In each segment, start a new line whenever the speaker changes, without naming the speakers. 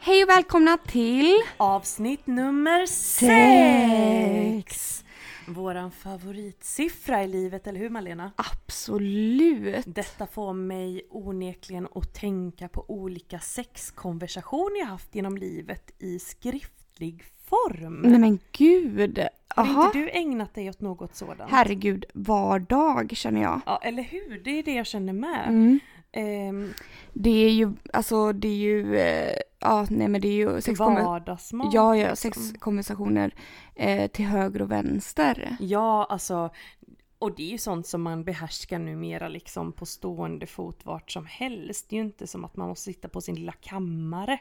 Hej och välkomna till
Avsnitt nummer sex! Våran favoritsiffra i livet, eller hur Malena?
Absolut!
Detta får mig onekligen att tänka på olika sexkonversationer jag haft genom livet i skriftlig form.
Nej men gud!
Har
Aha.
inte du ägnat dig åt något sådant?
Herregud, vardag känner jag.
Ja, eller hur? Det är det jag känner med.
Mm.
Ehm,
Det är ju, alltså det är ju, eh, ja nej men det är ju sex, konver-
vardagsmat.
ja, ja,
liksom.
sex konversationer eh, till höger och vänster.
Ja, alltså. Och det är ju sånt som man behärskar numera liksom på stående fot vart som helst. Det är ju inte som att man måste sitta på sin lilla kammare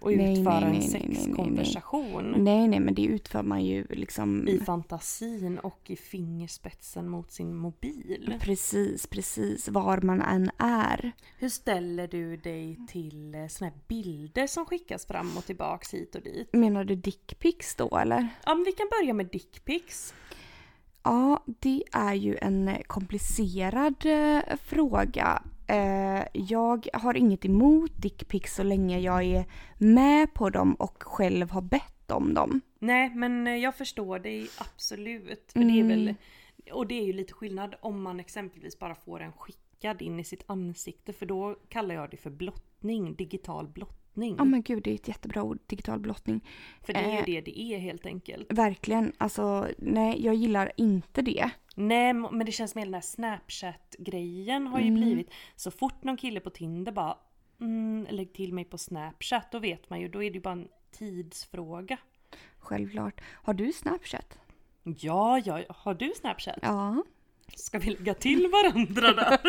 och
Nej, nej,
utföra
nej, nej, nej,
en
Mm. nej, nej.
sexkonversation.
Nej nej men det utför man ju liksom.
Mm. I fantasin och i fingerspetsen mot sin mobil.
Precis, precis, var man än är.
Hur ställer du dig till eh, såna här bilder som skickas fram och tillbaks hit och dit?
Menar du dickpics då eller?
Ja, men vi kan börja med dickpics.
Ja, det är ju en komplicerad eh, fråga. Eh, jag har inget emot dickpics så länge jag är med på dem och själv har bett om dem.
Nej, men eh, jag förstår dig absolut. För det är väl, och det är ju lite skillnad om man exempelvis bara får en skickad in i sitt ansikte för då kallar jag det för blottning, digital blottning.
Ja men gud, det är ett jättebra ord, digital blottning.
för det är ju
eh.
det det är helt enkelt.
Verkligen, alltså nej, jag gillar inte det.
Nej, m- men det känns med hela den här Snapchat-grejen har ju blivit så fort någon kille på Tinder bara mm, lägg till mig på Snapchat, då vet man ju, då är det ju bara en tidsfråga.
Självklart. Har du Snapchat?
Ja, ja, har du Snapchat?
Ja.
Ska vi lägga till varandra där?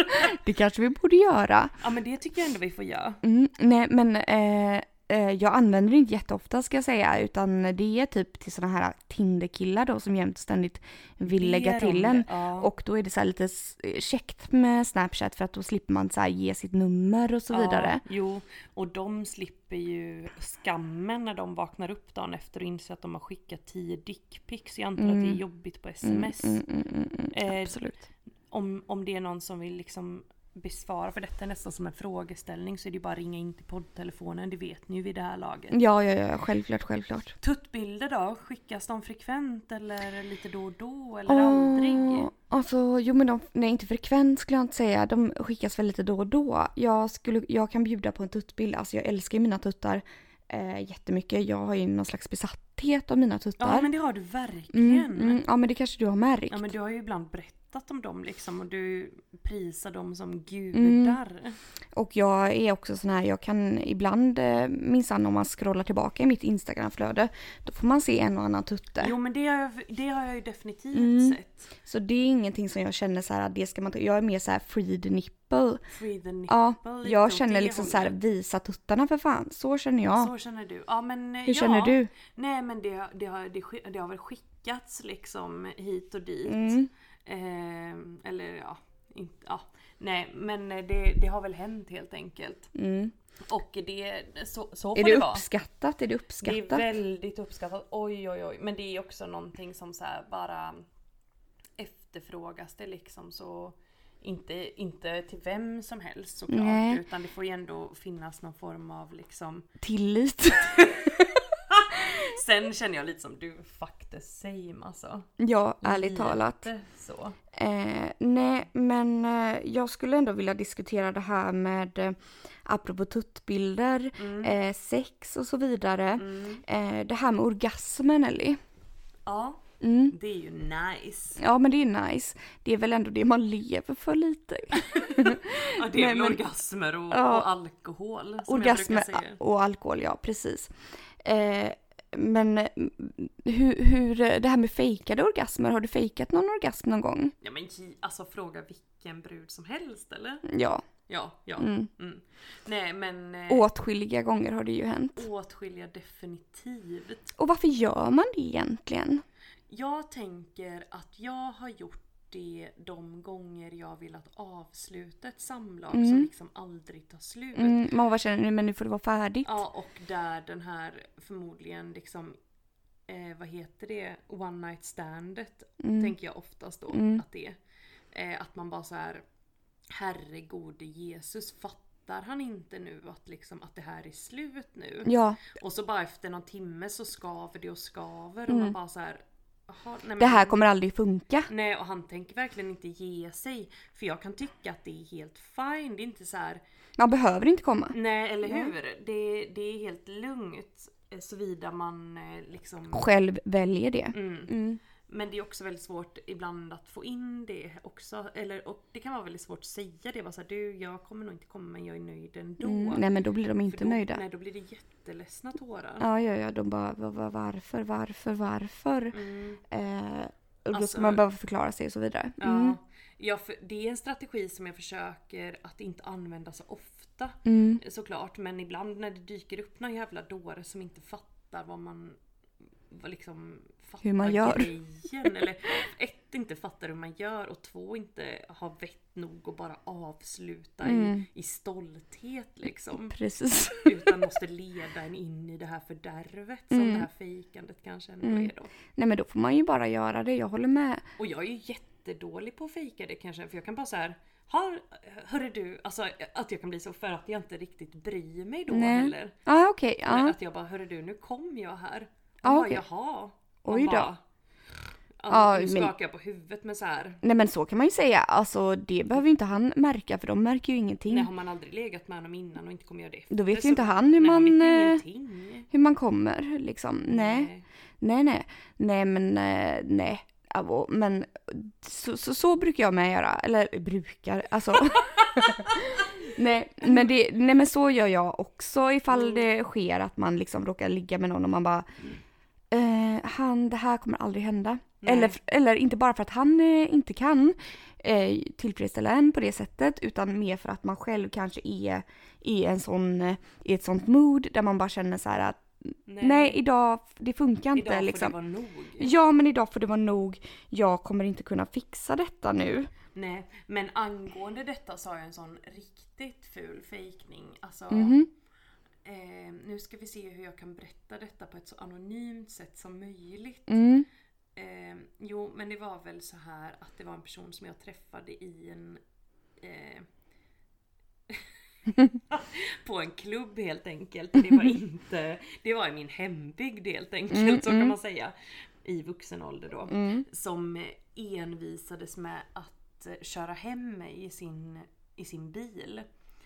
Det kanske vi borde göra.
ja, men det tycker jag ändå vi får göra.
Mm, nej men eh, eh, jag använder det inte jätteofta ska jag säga utan det är typ till såna här Tinderkillar då som jämt och ständigt vill
Ber
lägga till
om
en.
det, ja.
Och då är det så här lite s- eh, käckt med Snapchat för att då slipper man så här ge sitt nummer och så vidare.
Ja, jo, och de slipper ju skammen när de vaknar upp dagen efter och inser att de har skickat 10 dickpics. Jag antar att
Mm.
det är jobbigt på sms. eh,
Absolut.
om, om det är någon som vill liksom besvara, för detta är nästan som en frågeställning, så är det ju bara att ringa in till poddtelefonen, det vet ni ju vid det här laget.
Ja, ja, ja, självklart, självklart.
Tuttbilder då? Skickas de frekvent eller lite då och då eller
Åh,
aldrig?
alltså, jo men de, nej inte frekvent skulle jag inte säga. De skickas väl lite då och då. Jag, skulle, jag kan bjuda på en tuttbild. Alltså jag älskar ju mina tuttar eh, jättemycket. Jag har ju någon slags besatthet av mina tuttar.
Ja men det har du verkligen.
Mm, mm, ja men det kanske du har märkt.
Ja men du har ju ibland berättat om dem liksom och du prisar dem
Mm.
som gudar.
Och jag är också sån här, jag kan ibland eh, minsann om man scrollar tillbaka i mitt Instagramflöde, då får man se en och annan tutte.
Jo men det har jag, det har jag ju definitivt
Mm.
sett.
Så det är ingenting som jag känner så här, att det ska man ta. Jag är mer så här free the nipple.
Free the nipple.
Ja,
lite
jag
åt
känner
det
liksom så här,
hållet.
visa tuttarna för fan. Så känner jag.
Så känner du. Ja, men, eh,
Hur
ja.
känner du?
Nej men det, det, har, det, sk- det har väl skickats liksom hit och dit.
Mm.
Ehm, eller ja, inte, ja. Nej men eh, det, det har väl hänt helt enkelt. Och det, så, så får
Mm. Är det
vara.
uppskattat? Är det
Det
uppskattat?
är väldigt uppskattat. Oj oj oj. Men det är också någonting som så här bara efterfrågas det liksom så inte, inte till vem som helst såklart.
Nej.
Utan det får ju ändå finnas någon form av liksom
Tillit.
Sen känner jag lite som du, fuck the same alltså.
ja, ärligt talat.
Lite Så.
Eh, nej, men eh, jag skulle ändå vilja diskutera det här med eh, apropå tuttbilder,
Mm.
eh, sex och så vidare. Eh, det här med orgasmen Ellie.
Ja,
Mm.
det är ju nice.
Ja men det är nice. Det är väl ändå det man lever för lite.
Ja, det är väl
men-
orgasmer och,
Ja.
och alkohol som
Orgasmer
jag brukar säga.
och alkohol, ja precis. Eh, men eh, hur, hur, det här med fejkade orgasmer, har du fejkat någon orgasm någon gång?
Ja men gi- alltså fråga vilken brud som helst eller?
Ja,
ja, ja.
Mm.
Mm. Nej men eh,
Åtskilliga gånger har det ju hänt.
åtskilja definitivt.
Och varför gör man det egentligen?
Jag tänker att jag har gjort det de gånger jag vill att avsluta ett samlag som liksom aldrig tar slut.
Mm, man bara känner nu, men nu får det vara färdigt.
Ja, och där den här förmodligen liksom eh, vad heter det, one night standet tänker jag oftast då att det är. Eh, att man bara så här herregode Jesus fattar han inte nu att liksom att det här är slut nu?
Ja,
Och så bara efter någon timme så skaver det och skaver och man bara så här "Jaha, nej, men
Mm. det här kommer aldrig funka.
Nej och han tänker verkligen inte ge sig. För jag kan tycka att det är helt fine. Det är inte så här
Man behöver inte komma.
Nej, eller hur? Det, det är helt lugnt eh, såvida man eh, liksom...
Själv väljer det.
Mm.
Mm.
Men det är också väldigt svårt ibland att få in det också. Eller, och det kan vara väldigt svårt att säga det. Bara så här, du, jag kommer nog inte komma men jag är nöjd ändå.
Mm. Nej men då blir de
För
inte
då,
nöjda.
Nej, då blir det jätteledsna tårar.
Ja, ja, ja, de bara "Va- va- varför, varför, varför?
Mm.
Eh, och då
Alltså-
ska man behöva förklara sig och så vidare. Mm.
Ja, ja för det är en strategi som jag försöker att inte använda så ofta.
Mm.
Såklart, men ibland när det dyker upp någon jävla dåre som inte fattar vad man vad liksom fattar
Hur man gör.
grejen. Eller ett, inte fattar hur man gör och två, inte har vett nog att bara avsluta
Mm.
i, i stolthet liksom.
Precis.
Utan måste leda en in i det här fördärvet som
Mm.
det här fejkandet kanske ändå är då.
Nej men då får man ju bara göra det, jag håller med.
Och jag är ju jättedålig på att fejka det kanske för jag kan bara så här har, hörru du, alltså att jag kan bli så för att jag inte riktigt bryr mig då
Nej.
heller.
Ja okej,
Men
ja.
Att jag bara, hörru du nu kom jag här.
Ja,
Och bara,
okej.
jaha.
Oj då.
Bara,
Ja,
ja, nu
men-
skakar jag på huvudet men så här.
Nej men så kan man ju säga, alltså det behöver ju inte han märka för de märker ju ingenting.
Nej, har man aldrig legat med honom innan och inte kommer göra det efter.
Då vet ju
så-
inte han hur man,
Nej,
eh,
han vet ju ingenting.
Hur man kommer liksom, nej. Nej, nej, nej, men eh, nej. Avo, Men så, så, så brukar jag med göra, eller brukar, alltså. nej, men det, nej, men så gör jag också ifall det sker att man liksom råkar ligga med någon och man bara eh, han, det här kommer aldrig hända.
Nej.
Eller, eller inte bara för att han eh, inte kan eh, tillfredsställa en på det sättet utan mer för att man själv kanske är i, en sån, eh, i ett sånt mood där man bara känner så här att
Nej,
Nej, idag, det funkar inte
idag får
liksom.
det vara nog.
Ja, men idag får det vara nog. Jag kommer inte kunna fixa detta nu.
Nej, men angående detta så har jag en sån riktigt ful fejkning. Alltså, eh, nu ska vi se hur jag kan berätta detta på ett så anonymt sätt som möjligt.
Mm.
Eh, jo, men det var väl så här att det var en person som jag träffade i en... Eh, på en klubb helt enkelt. Det var inte... Det var i min hembygd helt enkelt, så kan man säga. I vuxen ålder då.
Mm.
Som envisades med att eh, köra hem mig i sin, i sin bil.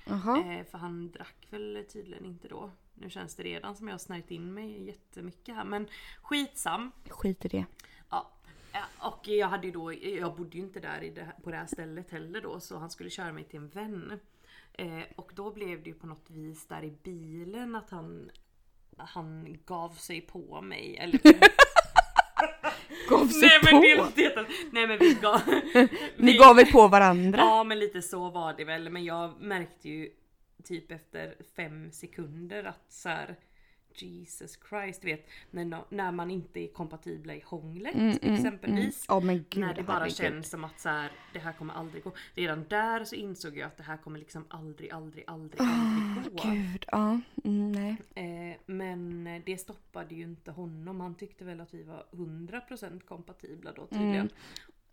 Jaha.
Eh, för han drack väl tydligen inte då. Nu känns det redan som jag har snärjt in mig jättemycket här. Men skitsam.
Skit i det.
Ja. Eh, Och jag hade ju då, jag bodde ju inte där i det, här- på det här stället heller då så han skulle köra mig till en vän. Eh, och då blev det ju på något vis där i bilen att han, han gav sig på mig. Eller,
Gav sig
nej
på.
men det är inte helt- Nej men vi gav...
Ni gav er på varandra.
Ja men lite så var det väl men jag märkte ju typ efter fem sekunder att så här Jesus Christ du vet när, no- när man inte är kompatibla i hånglet
Mm,
exempelvis.
Ja men gud.
när det bara
herregud.
känns som att så här, det här kommer aldrig gå. Redan där så insåg jag att det här kommer liksom aldrig, aldrig, aldrig, aldrig gå.
Gud, ja. Mm, nej.
Eh, men det stoppade ju inte honom. Han tyckte väl att vi var 100% kompatibla då tydligen.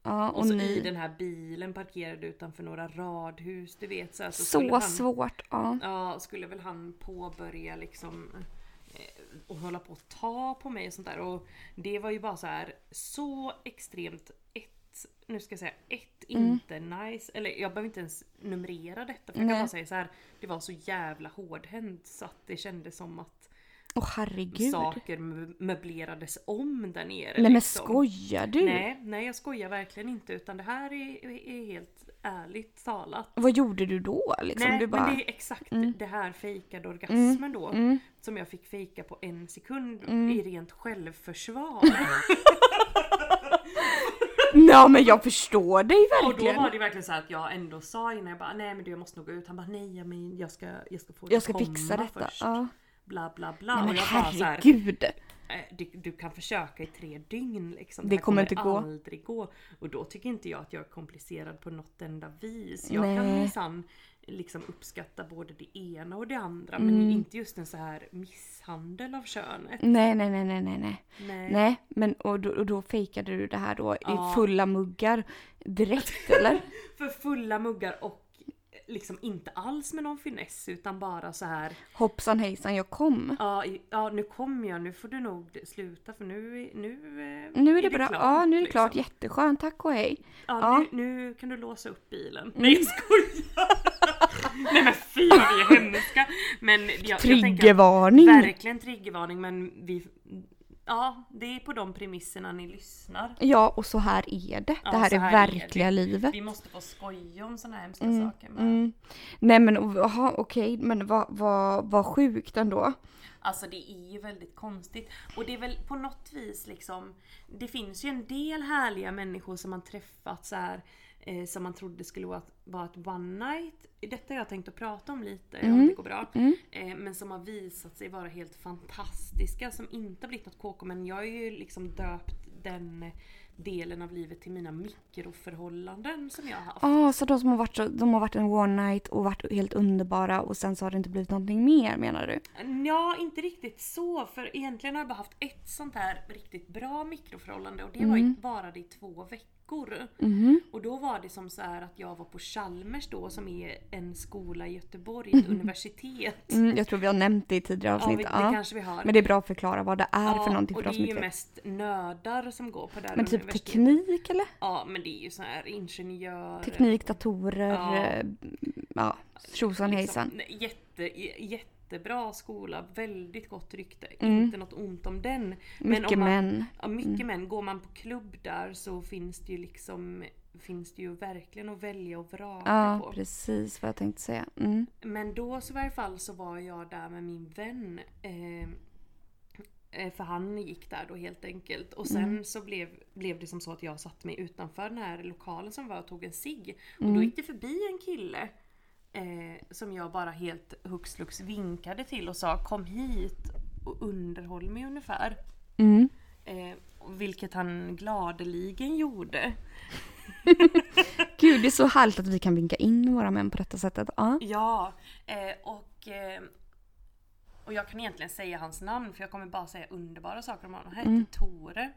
Ja, och,
Och så i
ni.
den här bilen parkerad utanför några radhus, du vet. Så, här, så,
Så
skulle han,
svårt. Ja.
Ja, skulle väl han påbörja liksom eh, och hålla på att ta på mig och sånt där. Och det var ju bara så här så extremt ett, nu ska jag säga ett,
Mm.
inte nice. Eller jag behöver inte ens numrera detta för jag
Nej.
kan bara säga så här. Det var så jävla hårdhänt så att det kändes som att
Åh herregud.
saker mö- möblerades om där nere.
Nej men
liksom.
skojar du?
Nej, nej jag skojar verkligen inte utan det här är, är helt ärligt talat.
Vad gjorde du då liksom?
Nej
du bara... Mm.
men det är exakt det här fejkade orgasmen då. Som jag fick fejka på
Mm.
en sekund i rent självförsvar.
Nej men jag förstår dig
Och då
verkligen.
var det verkligen så här att jag ändå sa innan jag bara nej men du jag måste nog gå ut. Han bara nej men jag ska, jag ska få det
Jag ska
komma
fixa detta.
först.
Ja.
Bla bla bla.
Nej, men
och jag bara så här,
herregud.
eh, du, du kan försöka i tre dygn liksom.
Det
här
kommer inte gå.
aldrig gå. Och då tycker inte jag att jag är komplicerad på något enda vis. Jag kan
Nej.
minsann liksom uppskatta både det ena och det andra
Mm.
men inte just en så här misshandel av könet.
Nej nej nej nej nej. nej.
Nej.
Nej, men och då, och då fejkade du det här då
Ja.
i fulla muggar direkt eller?
För fulla muggar och eh, liksom inte alls med någon finess utan bara så här
Hoppsan hejsan jag kom.
Ja, i- ja nu kommer jag, nu får du nog sluta för nu, är- nu, eh,
Nu är det, bra. ja, nu är det
liksom.
klart. Jätteskönt. Tack och hej.
Ja,
Ja.
Nu, nu kan du låsa upp bilen. Nej jag skojar! Nej men fy vad vi är hemska! Men jag, jag tänker att-
Triggervarning.
Verkligen triggervarning men vi... Ja, det är på de premisserna ni lyssnar.
Ja, och så här är det.
Ja,
det här
så
är
här är det.
verkliga livet.
Vi måste få skoja om såna här hemska saker. Men,
Mm. Nej men och- jaha, okej, men vad vad vad sjukt ändå.
Alltså det är ju väldigt konstigt. Och det är väl på något vis liksom, det finns ju en del härliga människor som man träffat så här eh, som man trodde skulle vara, vara ett one night. Detta har jag tänkt att prata om lite om det går bra. Eh, men som har visat sig vara helt fantastiska som inte har blivit något KK men jag är ju liksom döpt den delen av livet till mina mikroförhållanden som jag har haft.
Ja, så de som har varit så, de har varit en one night och varit helt underbara och sen så har det inte blivit någonting mer menar du?
Ja, inte riktigt så. För egentligen har jag bara haft ett sånt här riktigt bra mikroförhållande och det var
Mm.
ju varade i två veckor.
Mhm.
Och då var det som så här att jag var på Chalmers då som är en skola i Göteborg,
Mhm.
ett universitet.
Mm, jag tror vi har nämnt det i tidigare
Ja, vi,
avsnitt.
det
Ja.
kanske vi har.
Men det är bra att förklara vad det är
ja,
för någonting för
och
de
det
som
är ju
inte vet.
mest nördar som går på det här
Men typ
universitetet.
teknik eller?
Ja, men det är ju så här ingenjörer.
Teknik, datorer,
Ja.
eh, ja, tjosan hejsan.
nej, Liksom jätte, j- jättebra skola, väldigt gott rykte.
Mm.
Inte något ont om den. Men
Mycket
om man,
män.
Ja, mycket
Mm.
män. Går man på klubb där så finns det ju liksom finns det ju verkligen att välja och vraka
Ja,
på.
precis vad jag tänkte säga. Mm.
Men då så i varje fall så var jag där med min vän. Eh, eh, för han gick där då helt enkelt. Och sen
Mm.
så blev, blev det som så att jag satte mig utanför den här lokalen som var och tog en cigg. Och
Mm.
då gick det förbi en kille. Eh, som jag bara helt hux flux vinkade till och sa kom hit och underhåll mig ungefär.
Mm.
Eh, vilket han gladeligen gjorde.
Gud, det är så härligt att vi kan vinka in våra män på detta sättet. Ja.
Ja, eh, och, eh, och jag kan egentligen säga hans namn för jag kommer bara säga underbara saker om honom. Han hette Tore.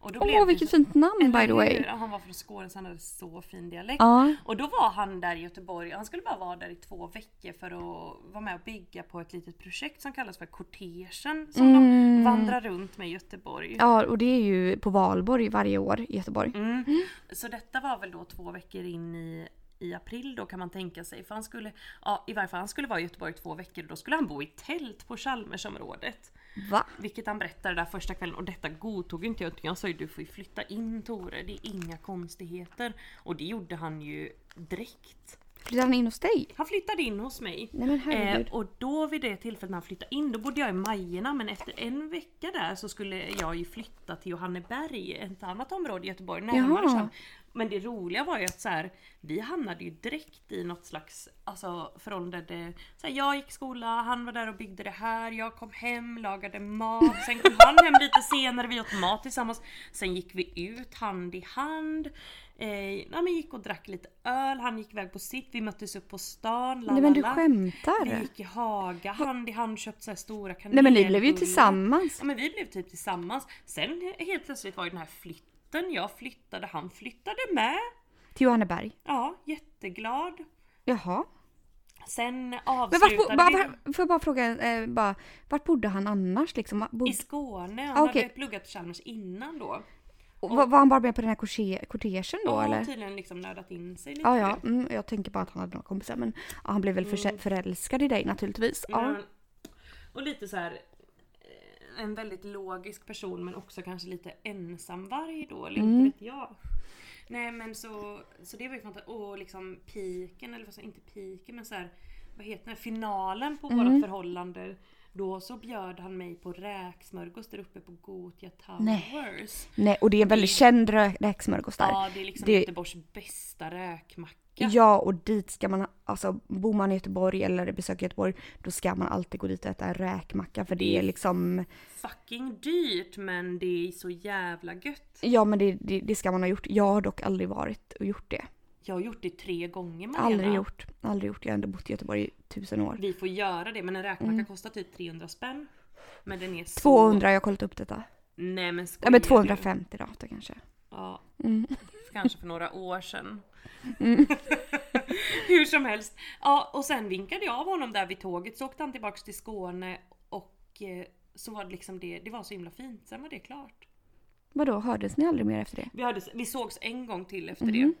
Och då
Mm. Åh,
blev det
vilket
så-
fint namn by the
Eller
way.
hur? Han var från Skåne så han hade så fin dialekt.
Ja.
Och då var han där i Göteborg, han skulle bara vara där i två veckor för att vara med och bygga på ett litet projekt som kallas för Kortegen som
Mm.
de vandrar runt med i Göteborg.
ja, och det är ju på valborg varje år i Göteborg.
Mm. Så detta var väl då två veckor in i, i april då kan man tänka sig. För han skulle, ja, i varje fall han skulle vara i Göteborg två veckor och då skulle han bo i tält på Chalmersområdet.
Va?
Vilket han berättade där första kvällen och detta godtog inte jag. utan Jag sa ju du får ju flytta in Tore, det är inga konstigheter. Och det gjorde han ju direkt.
Flyttar han in hos dig?
Han flyttade in hos mig.
Nej men herregud.
Eh, och då vid det tillfället när han flyttade in, då bodde jag i Majerna men efter en vecka där så skulle jag ju flytta till Johanneberg, ett annat område i Göteborg, närmare
Jaha.
Chalmers. Men det roliga var ju att så här, vi hamnade ju direkt i något slags alltså, föråldrade... Så här, jag gick skola, han var där och byggde det här, jag kom hem, lagade mat, sen kom han hem lite senare, vi åt mat tillsammans. Sen gick vi ut hand i hand, eh, ja, men gick och drack lite öl, han gick iväg på sitt, vi möttes upp på stan, la,
Nej men
la,
du
la. Vi
skämtar?
gick i Haga, hand i hand, köpte så här stora kanelbullar.
Nej men ni blev ju tillsammans.
Ja men vi blev typ tillsammans. Sen helt plötsligt var ju den här flytten, jag flyttade, han flyttade med.
Till Johanneberg.
Ja, jätteglad.
Jaha.
Sen
Men vart, bo-
avslutade
bara,
vi
var, får jag bara fråga, eh, bara, vart bodde han annars liksom? Va- Bod,
i Skåne. Han
Ah, okej.
hade pluggat på Chalmers innan då.
var, var han bara med på den här korse- kortegen då
och
eller?
tydligen liksom nördat in sig lite.
Ja, ja. Mm, jag tänker bara att han hade några kompisar men ja, han blev väl
Mm.
förse- förälskad i dig naturligtvis. Ja.
Men- Och lite så här eh, en väldigt logisk person men också kanske lite ensamvarg då, eller
Mm.
inte vet jag. Nej men så, så det var ju fantastiskt. Och liksom
Mm.
piken, eller vad sa inte piken men så här, vad heter det, finalen på vårt förhållande Då så bjöd han mig på räksmörgås där uppe på Gothia Towers.
Nej. Nej, och det är en väldigt känd rö- räksmörgås där.
Ja, det är liksom
Det-
Göteborgs bästa räkmacka.
Ja, och dit ska man, alltså bor man i Göteborg eller besöker Göteborg, då ska man alltid gå dit och äta en räkmacka för det är liksom,
Fucking dyrt men det är så jävla gött.
ja men det, det, det ska man ha gjort. Jag har dock aldrig varit och gjort det.
Jag har gjort det tre gånger Malena.
Aldrig gjort, aldrig gjort. Jag har ändå bott i Göteborg i tusen år.
Vi får göra det men en räkmacka kostar typ 300 spänn. Men den är så...
200, jag har kollat upp detta.
Nej men
Ja men
skojar du?
250 då, då kanske.
Ja. Kanske för några år sedan. Hur som helst. Ja, och sen vinkade jag av honom där vid tåget så åkte han tillbaks till Skåne och eh, så var det liksom det, det var så himla fint. Sen var det klart.
Vadå, hördes ni aldrig mer efter det?
Vi, hördes, vi sågs en gång till efter det.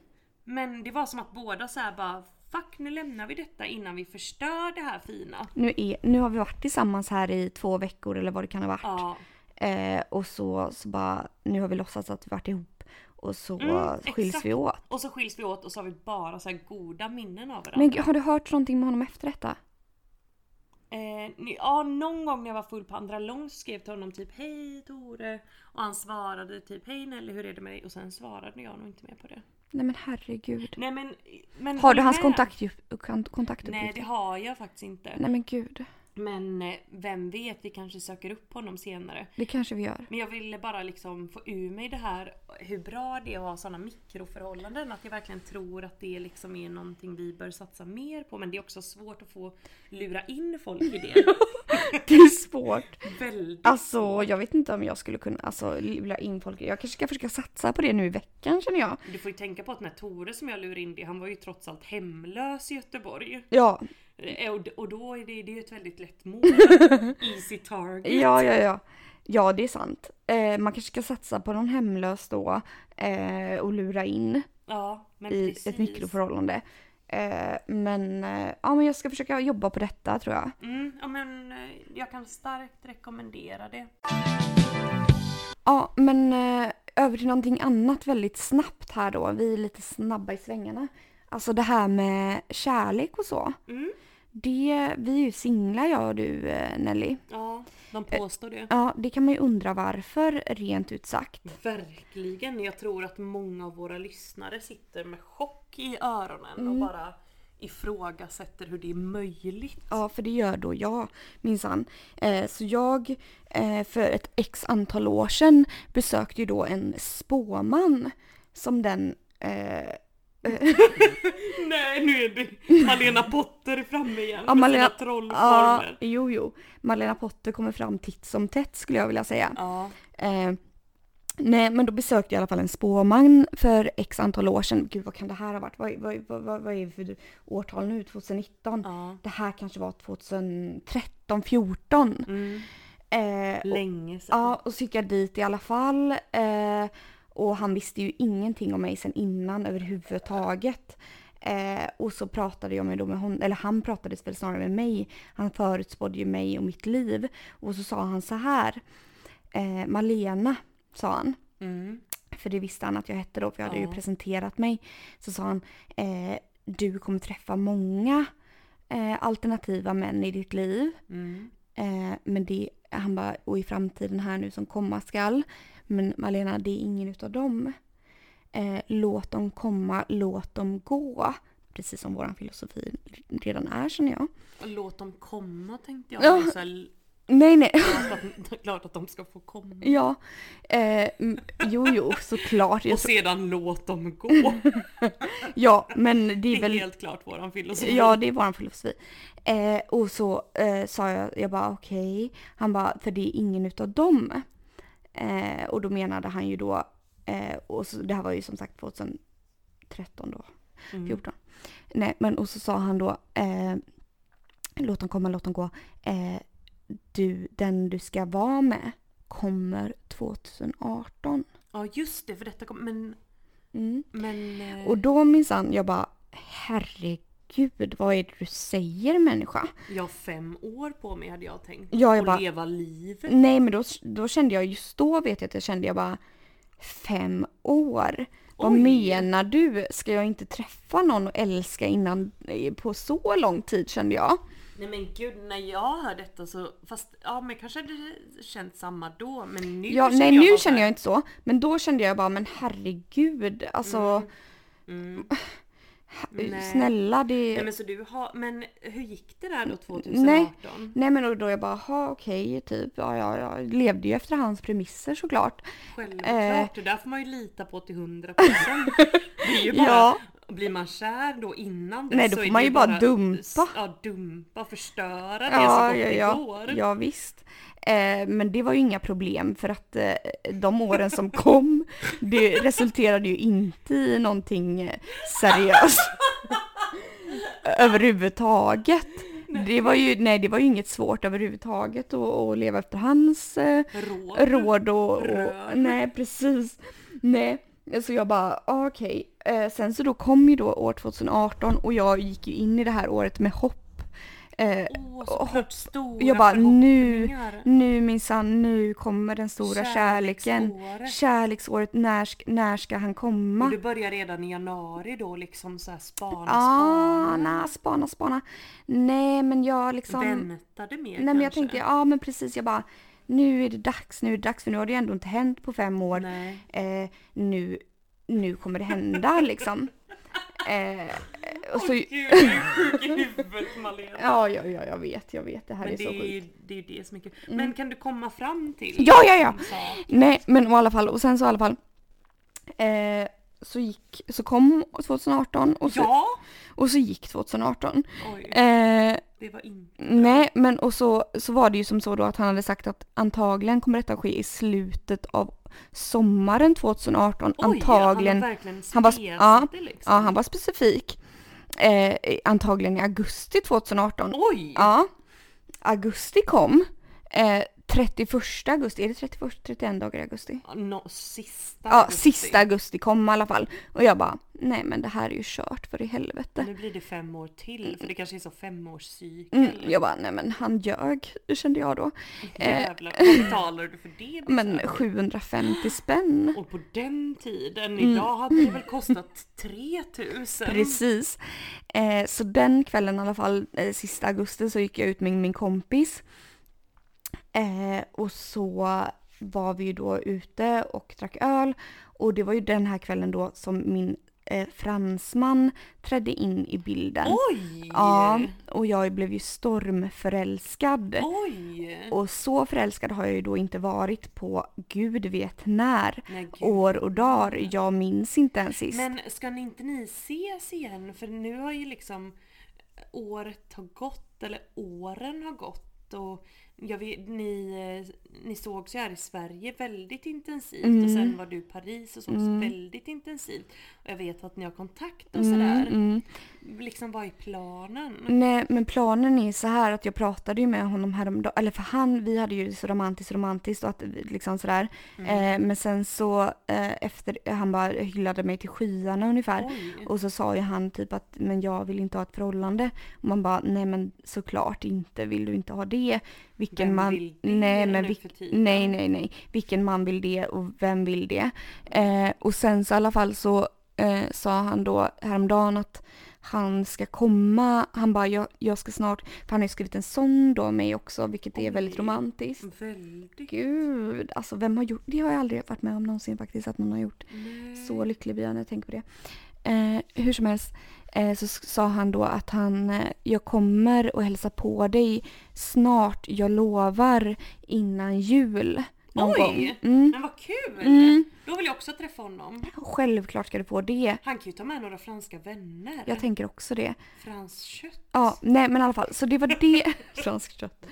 Men det var som att båda så här bara Fuck nu lämnar vi detta innan vi förstör det här fina.
Nu, är, nu har vi varit tillsammans här i två veckor eller vad det kan ha varit.
Ja,
Eh, och så, så bara, nu har vi låtsats att vi varit ihop och så
Mm,
skiljs
exakt.
vi åt.
och så skiljs vi åt och så har vi bara så här goda minnen av varandra.
Men gud, har du hört någonting med honom efter detta?
Eh, ni- ja, någon gång när jag var full på andra lång så skrev jag till honom typ Hej Tore och han svarade typ Hej Nelly hur är det med dig? Och sen svarade jag nog inte mer på det.
Nej men herregud.
Mm, Nej men... men
Har
håll
du hans
med.
kontaktju- kon-
Nej det
kontaktuppgifter?
har jag faktiskt inte.
Nej men gud,
Men eh, vem vet, vi kanske söker upp honom senare.
det kanske vi gör.
Men jag ville bara liksom få ur mig det här hur bra det är att ha sådana mikroförhållanden. Att jag verkligen tror att det liksom är någonting vi bör satsa mer på. Men det är också svårt att få lura in folk i det.
Det är svårt.
Väldigt
Alltså jag vet inte om jag skulle kunna, alltså lura in folk. Jag kanske ska försöka satsa på det nu i veckan känner jag.
Du får ju tänka på att den här Tore som jag lurade in det, han var ju trots allt hemlös i Göteborg.
Ja,
Eh, Och, och då är det, det är ju ett väldigt lätt mål. Easy target.
ja, ja, ja. Ja det är sant. Eh, man kanske ska satsa på någon hemlös då eh, och lura in
Ja, men
i
precis.
ett mikroförhållande. Eh, men eh, ja men jag ska försöka jobba på detta tror jag.
Mm, ja, men eh, jag kan starkt rekommendera det.
Ja, men eh, över till någonting annat väldigt snabbt här då. Vi är lite snabba i svängarna. Alltså det här med kärlek och så.
Mm.
Det, vi är ju singlar jag och du eh, Nelly.
Ja, de påstår det.
Ja, det kan man ju undra varför rent ut sagt.
Verkligen. Jag tror att många av våra lyssnare sitter med chock i öronen
Mm.
och bara ifrågasätter hur det är möjligt.
Ja, för det gör då jag minsann. Eh, så jag eh, för ett x antal år sedan besökte ju då en spåman som den eh,
Nej, nu är det Malena Potter framme igen
Ja,
med
Malena-
sina trollformler.
Ja, jo, jo. Malena Potter kommer fram titt som tätt skulle jag vilja säga.
Ja.
Eh, nej, men då besökte jag i alla fall en spåman för x antal år sedan. Gud, vad kan det här ha varit? Vad, vad, vad, vad, vad är vi för årtal nu? 2019?
ja.
Det här kanske var 2013, 14.
Mm.
Eh, och,
Länge sedan.
ja, och så gick jag dit i alla fall. Eh, och han visste ju ingenting om mig sedan innan överhuvudtaget. Eh, och så pratade jag med, då med honom, eller han pratade väl snarare med mig. Han förutspådde ju mig och mitt liv. Och så sa han så här. Eh, Malena, sa han.
Mm.
För det visste han att jag hette då, för jag hade
Ja.
ju presenterat mig. Så sa han, eh, du kommer träffa många eh, alternativa män i ditt liv.
Mm.
Eh, men det, han bara, och i framtiden här nu som komma skall. Men Malena, det är ingen utav dem. Eh, låt dem komma, låt dem gå. Precis som våran filosofi redan är känner jag.
Och Låt dem komma tänkte jag.
Ja.
Det är Så här,
Nej, nej.
klart, att, det är klart att de ska få komma.
Ja. Eh, m- jo, jo, såklart. Jag,
Och sedan låt dem gå.
ja, men det
Det
Mm. är
är
väl
helt klart våran filosofi.
Alltså, Ja, det är våran filosofi. Eh, och så eh, sa jag, jag bara okej. Han bara, för det är ingen utav dem. Eh, och då menade han ju då, eh, och så, det här var ju som sagt 2013 då, 14. Nej, men och så sa han då, eh, låt dem komma, låt dem gå. Eh, du, den du ska vara med kommer 2018.
Ja just det för detta kom, men...
Mm.
men eh,
Och då minsann, jag bara herregud, vad är det du säger människa?
jag har eh, fem år på mig hade jag tänkt.
Ja, jag
och
bara-
leva livet.
Nej men då, då kände jag, just då vet jag att jag kände jag bara fem år. Vad
Oj.
menar du? Ska jag inte träffa någon och älska innan eh, på så lång tid kände jag.
Nej men gud, när jag hör detta så, fast ja men kanske hade det känts samma då men nu
Ja,
känner
nej nu känner
bara så
jag
här,
inte så. Men då kände jag bara, men herregud. Alltså,
mm.
he- snälla det...
Nej men så du har, men hur gick det där då 2018?
Nej. Nej men och då jag bara, "Ha, okej, typ. Ja, ja, jag levde ju efter hans premisser såklart. Eh.
Självklart, det där får man ju lita på till 100%. det är ju bara,
Ja.
blir man kär då innan
Nej, då
så
får
är det
man ju
ju
bara dumpa.
Ja dumpa, förstöra det så
Ja,
gott
ja,
det
ja,
går.
ja visst. Eh, men det var ju inga problem för att eh, de åren som kom, det resulterade ju inte i någonting eh, seriöst. överhuvudtaget. Det var, ju, nej, det var ju inget svårt överhuvudtaget att, att leva efter hans eh,
Råd.
råd och, och
Rör.
nej precis. Nej, så jag bara ah, okej. Eh, sen så då kom ju då år 2018 och jag gick ju in i det här året med hopp. Eh,
Åh, såklart stora
jag bara nu,
förhoppningar.
nu minsann, nu kommer den stora kärleken.
Kärleksåret.
Kärleksåret, när, sk- när ska han komma?
Och du börjar redan i januari då liksom så här spana,
Ah,
spana.
na, spana, spana. Nej men jag liksom...
Väntade mer
Nej men jag
kanske.
tänkte, ja men precis, jag bara nu är det dags, nu är det dags för nu har det ju ändå inte hänt på fem år.
Nej.
Eh, nu, nu kommer det hända liksom. Eh, och så,
Gud, du är sjuk i huvudet Malena.
ja, ja, ja, jag vet, jag vet, det här
Men
är
det
så
är,
sjukt. Mm.
ju, det är ju det som är kul. Men kan du komma fram till?
Ja, ja, ja.
en sak?
Nej men i alla fall, och sen så i alla fall. Eh, så gick, så kom 2018 och så,
Ja!
och så gick 2018.
Oj,
Eh,
det var inte...
Nej, men och så, så var det ju som så då att han hade sagt att antagligen kommer detta ske i slutet av sommaren 2018. antagligen.
Oj, han har verkligen
han var-
spesat
ja,
det liksom.
ja, han var specifik. Eh, antagligen i augusti 2018.
Oj!
Ja. Augusti kom. Eh, 31 augusti, är det 31, 31 dagar i augusti?
Nå, sista
Ja,
augusti.
sista augusti kom i alla fall. Och jag bara, nej men det här är ju kört för i helvete.
Nu blir det fem år till, för det kanske är så femårscykel.
Mm, jag bara, nej men han ljög, kände jag då.
Jävlar, vad betalar du för det?
Eh. Men 750 spänn.
Och på den tiden, idag hade det väl kostat 3000?
Mm. Precis. Eh, så den kvällen i alla fall, eh, sista augusti, så gick jag ut med min kompis. Eh, och så var vi ju då ute och drack öl. Och det var ju den här kvällen då som min eh, fransman trädde in i bilden.
Oj!
Ja, och jag blev ju stormförälskad.
Oh. Oj!
Och så förälskad har jag ju då inte varit på gud vet när.
Nej, gud.
År och dagar, jag minns inte ens sist.
Men ska ni inte ni ses igen? För nu har ju liksom året har gått, eller åren har gått och jag vet, ni, eh, ni sågs ju här i Sverige väldigt intensivt och
Mm.
sen var du i Paris och sågs väldigt intensivt. Och jag vet att ni har kontakt
Mm.
och sådär. Liksom vad är planen?
Nej, men planen är så här att jag pratade ju med honom häromdagen, eller för han, vi hade ju det så romantiskt romantiskt och att vi liksom sådär.
Mm.
Eh, men sen så eh, efter, han bara hyllade mig till skyarna ungefär.
Oj.
Och så sa ju han typ att men jag vill inte ha ett förhållande. Och man bara nej men såklart inte, vill du inte ha det? Vilken
Vem
man,
vill det
nej men
nu för typ, tiden?
nej nej nej, vilken man vill det och vem vill det? Eh, och sen så i alla fall så eh, sa han då häromdagen att han ska komma, han bara jag, jag ska snart, för han har ju skrivit en sång då om mig också vilket är väldigt
Oj.
romantiskt.
Väldigt.
Gud, alltså vem har gjort det? har jag aldrig varit med om någonsin faktiskt att någon har gjort. Så lycklig blir jag när jag tänker på det. Eh, hur som helst eh, så s- sa han då att han, eh, jag kommer och hälsa på dig snart, jag lovar, innan jul. Någon
Oj!
Gång. Mm.
Men vad kul! Då vill jag också träffa honom.
Självklart ska du få det.
Han kan ju ta med några franska vänner.
Jag tänker också det.
Franskt kött.
Ja, nej men i alla fall, så det var det. Franskt kött.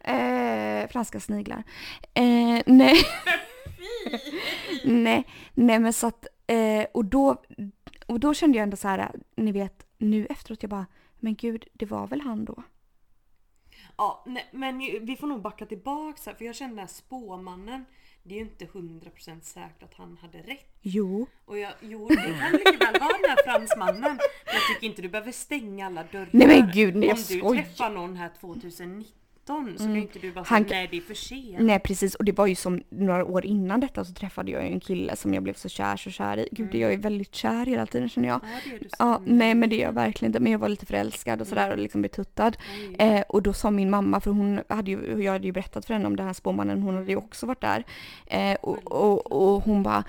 Eh, franska sniglar. Eh, nej. nej, nej men så att, eh, och, då, och då kände jag ändå så här, ni vet, nu efteråt jag bara, men gud, det var väl han då?
Ja, nej, men ju- vi får nog backa tillbaks här för jag kände att spåmannen, det är ju inte 100% säkert att han hade rätt.
Jo.
Och jag, jo, det kan mycket väl vara den här fransmannen. Men jag tycker inte du behöver stänga alla dörrar.
Nej, men gud, nej, jag
Om du
skojar. Mm.
träffar någon här 2019 13 så kan ju inte du bara säga
Han- Mm.
nej det är för sent.
Nej precis och det var ju som några år innan detta så träffade jag ju en kille som jag blev så kär så kär i. Gud jag är väldigt kär hela tiden känner jag.
Mm. Ja, det är Mm. du
Ja,
som-
nej men det är jag verkligen inte. Men jag var lite förälskad och sådär och liksom betuttad. Eh, och då sa min mamma, för hon hade ju, jag hade ju berättat för henne om den här spåmannen, hon
Mm.
hade ju också varit där. Eh, och, och, och hon bara,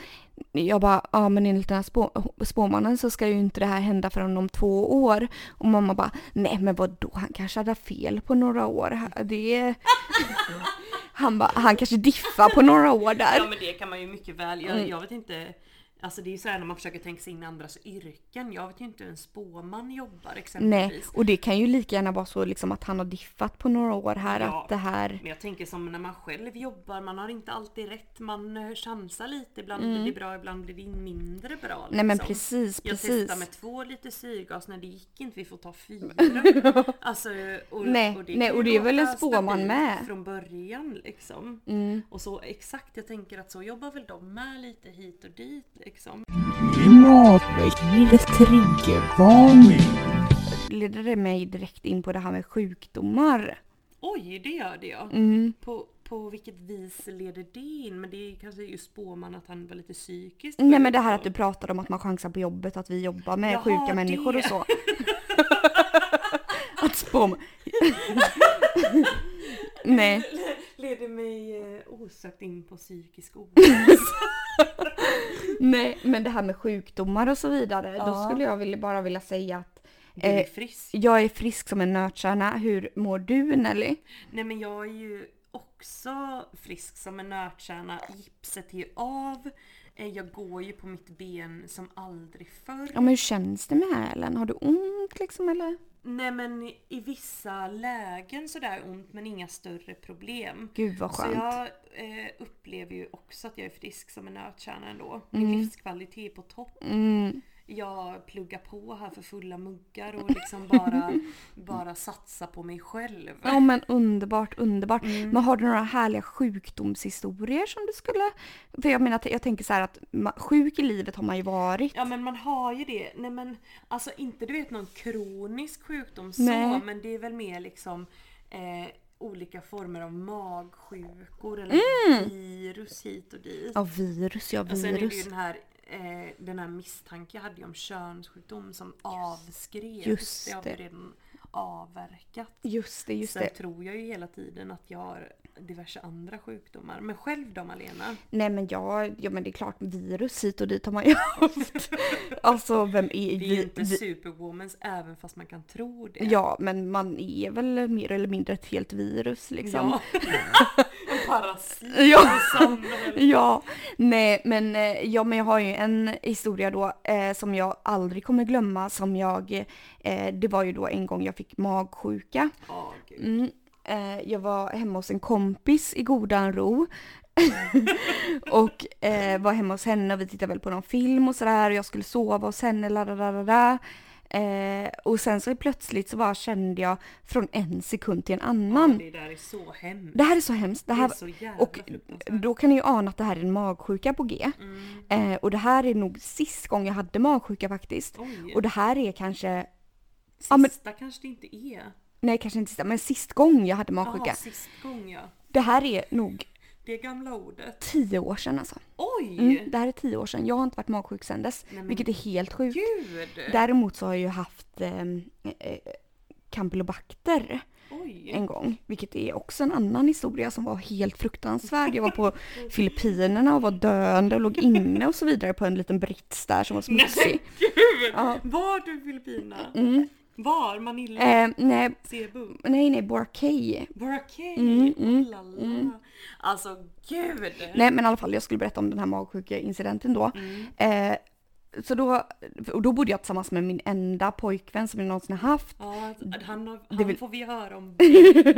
jag bara, ja men enligt den här spå, spåmannen så ska ju inte det här hända förrän om två år. Och mamma bara, nej men vadå, han kanske hade fel på några år. Det är... Han bara, han kanske diffar på några år där.
Ja men det kan man ju mycket väl. Jag,
Mm.
jag vet inte. Alltså det är ju så här när man försöker tänka sig in i andras yrken. Jag vet ju inte hur en spåman jobbar
Nej,
exempelvis.
och det kan ju lika gärna vara så liksom att han har diffat på några år här
Ja.
att det här
Men jag tänker som när man själv jobbar, man har inte alltid rätt, man eh, chansar lite. Ibland blir det bra, ibland blir det mindre bra.
Mm. Nej men
liksom.
precis,
Jag
precis.
testade med två liter syrgas när det gick inte, vi får ta fyra. alltså, och,
Nej,
och det,
nej,
kan
och
ju
det är väl en
låta
spåman
stabilt
med. Mm.
Från början liksom. Och så exakt, jag tänker att så jobbar väl de med lite hit och dit liksom.
Privatlivet triggervarning.
leder det mig direkt in på det här med sjukdomar.
Oj, det gör det ja.
Mm.
På, på vilket vis leder det in? Men det är kanske ju spåman att han var lite psykiskt
Nej men det här
sjuk
att du pratar om att man chansar på jobbet, att vi jobbar med
Jaha,
sjuka
det.
människor och så. att spå... Nej,
och- leder mig eh, osökt in på psykisk ohälsa.
nej, men det här med sjukdomar och så vidare. Då
Ja.
skulle jag vilja, bara vilja säga att
Du är
Eh,
frisk.
jag är frisk som en nötkärna. Hur mår du Nelly?
Nej men jag är ju också frisk som en nötkärna. Gipset är ju av. Eh, Jag går ju på mitt ben som aldrig förr.
Ja men hur känns det med hälen? Har du ont liksom eller?
Nej men i vissa lägen så där ont men inga större problem.
Gud vad
Så
skönt.
jag eh, upplever ju också att jag är frisk som en nötkärna ändå.
Mm.
Min livskvalitet är på topp. Jag pluggar på här för fulla muggar och liksom bara, bara satsa på mig själv.
Ja men underbart, underbart. Men har du några härliga sjukdomshistorier som du skulle... För jag menar, jag tänker så här att ma- sjuk i livet har man ju varit.
Ja men man har ju det. Nej men alltså inte du vet någon kronisk sjukdom
Nej.
så men det är väl mer liksom eh, olika former av magsjukor eller
Mm.
virus hit och dit.
Ja, virus, ja
och sen är det ju
virus.
den här, eh, den här misstanke jag hade ju om könssjukdom som avskrevs.
Just
det har vi
det.
redan avverkat.
Just det, just
Sen
det.
tror jag ju hela tiden att jag har diverse andra sjukdomar. Men själv då Malena?
Nej men ja, ja men det är klart virus hit och dit har man ju haft. Alltså vem är...
Vi är ju
Vi,
inte
vi,
superwomans även fast man kan tro det.
ja men man är väl mer eller mindre ett helt virus liksom.
Ja. en parasit
Ja.
i samhället.
Ja, nej men, eh, ja, men jag har ju en historia då eh, som jag aldrig kommer glömma som jag, eh, det var ju då en gång jag fick magsjuka.
Ja, gud.
Mm, eh, jag var hemma hos en kompis i godan ro och eh, var hemma hos henne och vi tittade väl på någon film och sådär och jag skulle sova hos henne, la la la la la. Eh, och sen så plötsligt så bara kände jag från en sekund till en annan.
Det där är så hemskt.
Det här är så hemskt. Mm. Det
Det
här,
är så jävla alltså. Mm.
och
fruktansvärt.
då kan ni ju ana att det här är en magsjuka på G. Eh, och det här är nog sist gång jag hade magsjuka faktiskt.
Oj.
Och det här är kanske,
Sista
ja, men-
kanske det inte är.
nej kanske inte sista, men sist gång jag hade
Jaha,
magsjuka.
sist gång ja.
Det här är nog
Det gamla ordet.
tio år sedan alltså.
Oj!
Mm, det här är tio år sedan. Jag har inte varit magsjuk sedan dess, vilket är helt sjukt.
Gud!
Däremot så har jag ju haft eh, eh, campylobacter.
Oj!
en gång, vilket är också en annan historia som var helt fruktansvärd. Jag var på Filippinerna och var döende och låg inne och så vidare på en liten brits där som var smutsig.
Gud!
Ja.
Var du i Filippinerna? Var? Manila?
Mm, Eh, nej,
Cebu?
nej, nej, Boracay.
Boracay?
Mm, mm,
Oh la la. Alltså gud!
Nej, men i alla fall, jag skulle berätta om den här magsjukeincidenten då. Eh, så då, och då bodde jag tillsammans med min enda pojkvän som jag någonsin har haft.
Ja, han, har-
Det
han
är väl-
får vi höra om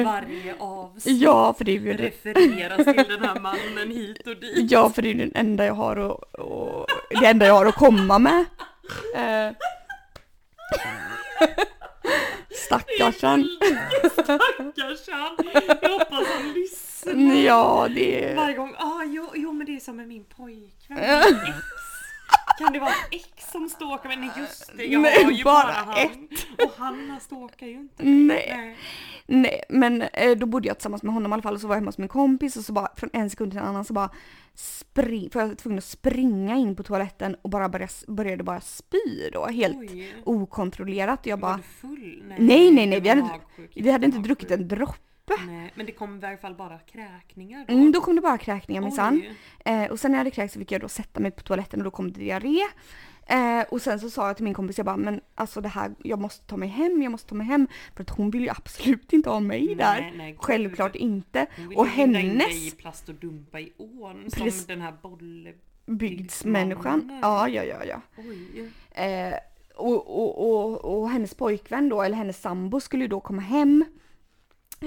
varje avsnitt.
Ja, för det är ju
refereras till den här mannen hit och dit.
Ja, för det är den enda jag har att, och, det enda jag har att komma med. Eh. Stackarsan.
Stackars han. Jag hoppas han lyssnar
Ja, det... Eh.
varje gång. Ah, jo, jo men det är som med min pojkvän, min ex. Kan det vara ett ex som stalkar mig? Nej just det, jag
Nej,
har ju
bara
bara, han.
ett.
Och Hanna stalkar ju inte.
Nej.
Nej.
Nej, men eh, då bodde jag tillsammans med honom i alla fall och så var jag hemma hos min kompis och så bara från en sekund till en annan så bara spring, för jag var tvungen att springa in på toaletten och bara börja, började bara spy då helt
Oj.
okontrollerat och jag
Var
bara
du full?
nej nej nej
du
vi hade,
var
inte-
magsjuk.
vi hade inte
Magsjuk.
druckit en droppe.
Nej, men det kom i varje fall bara kräkningar då.
Mm, då kom det bara kräkningar
Oj.
minsann. Eh, och sen när jag hade kräkt så fick jag då sätta mig på toaletten och då kom det diarré. Eh, och sen så sa jag till min kompis, jag bara men alltså det här, jag måste ta mig hem, jag måste ta mig hem. För att hon vill ju absolut inte ha mig
Nej,
där.
nej, gud.
Självklart inte.
Hon vill
Och
ju binda in dig i
hennes
plast och dumpa i ån
Precis.
som den här bolle...
bygdsmänniskan,
mannen.
ja ja ja ja.
Oj.
Eh, och, och, och, och hennes pojkvän då, eller hennes sambo skulle ju då komma hem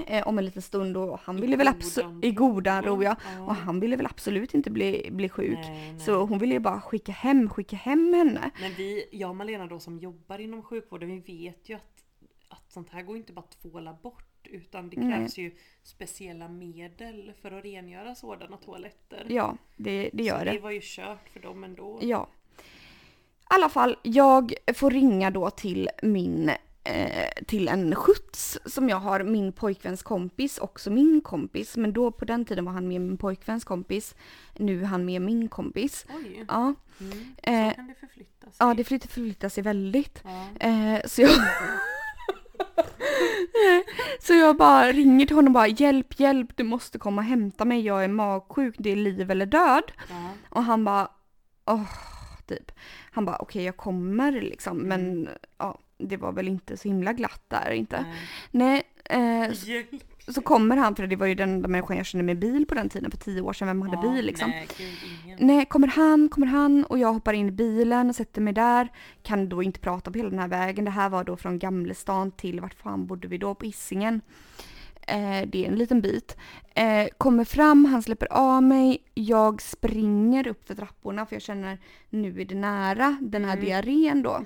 eh, om en liten stund och han ville väl absolut,
godan
i godan ro ja.
Ja.
Och han ville väl absolut inte bli, bli sjuk.
Nej, nej.
Så hon ville ju bara skicka hem, skicka hem henne.
Men vi, jag och Malena då som jobbar inom sjukvården, vi vet ju att, att sånt här går inte bara att tvåla bort utan det krävs ju speciella medel för att rengöra sådana toaletter.
Ja, det, det gör
Så
det.
det var ju kört för dem ändå.
Ja. I alla fall, jag får ringa då till min eh, till en skjuts som jag har, min pojkväns kompis, också min kompis. Men då på den tiden var han med min pojkväns kompis. Nu är han med min kompis.
Oj,
Ja,
mm.
eh,
så kan det förflyttas.
ja det flyttar, förflyttar sig väldigt.
Ja.
Eh, så jag... så jag bara ringer till honom och bara hjälp, hjälp, du måste komma och hämta mig, jag är magsjuk, det är liv eller död.
Ja.
Och han bara, åh, typ. Han bara, okej jag kommer liksom,
Mm.
men ja, det var väl inte så himla glatt där inte.
Nej.
Nej, eh, så,
Hjälp!
så kommer han, för det var ju den enda människan jag kände med bil på den tiden, för tio år sedan, vem hade
Ja,
bil liksom?
Nej, gud, ingen.
Nej, kommer han, kommer han och jag hoppar in i bilen och sätter mig där. Kan då inte prata på hela den här vägen. Det här var då från Gamlestan till vart fan bodde vi då? På Hisingen. Eh, det är en liten bit. Eh, kommer fram, han släpper av mig. Jag springer upp för trapporna för jag känner nu är det nära den här diarrén då.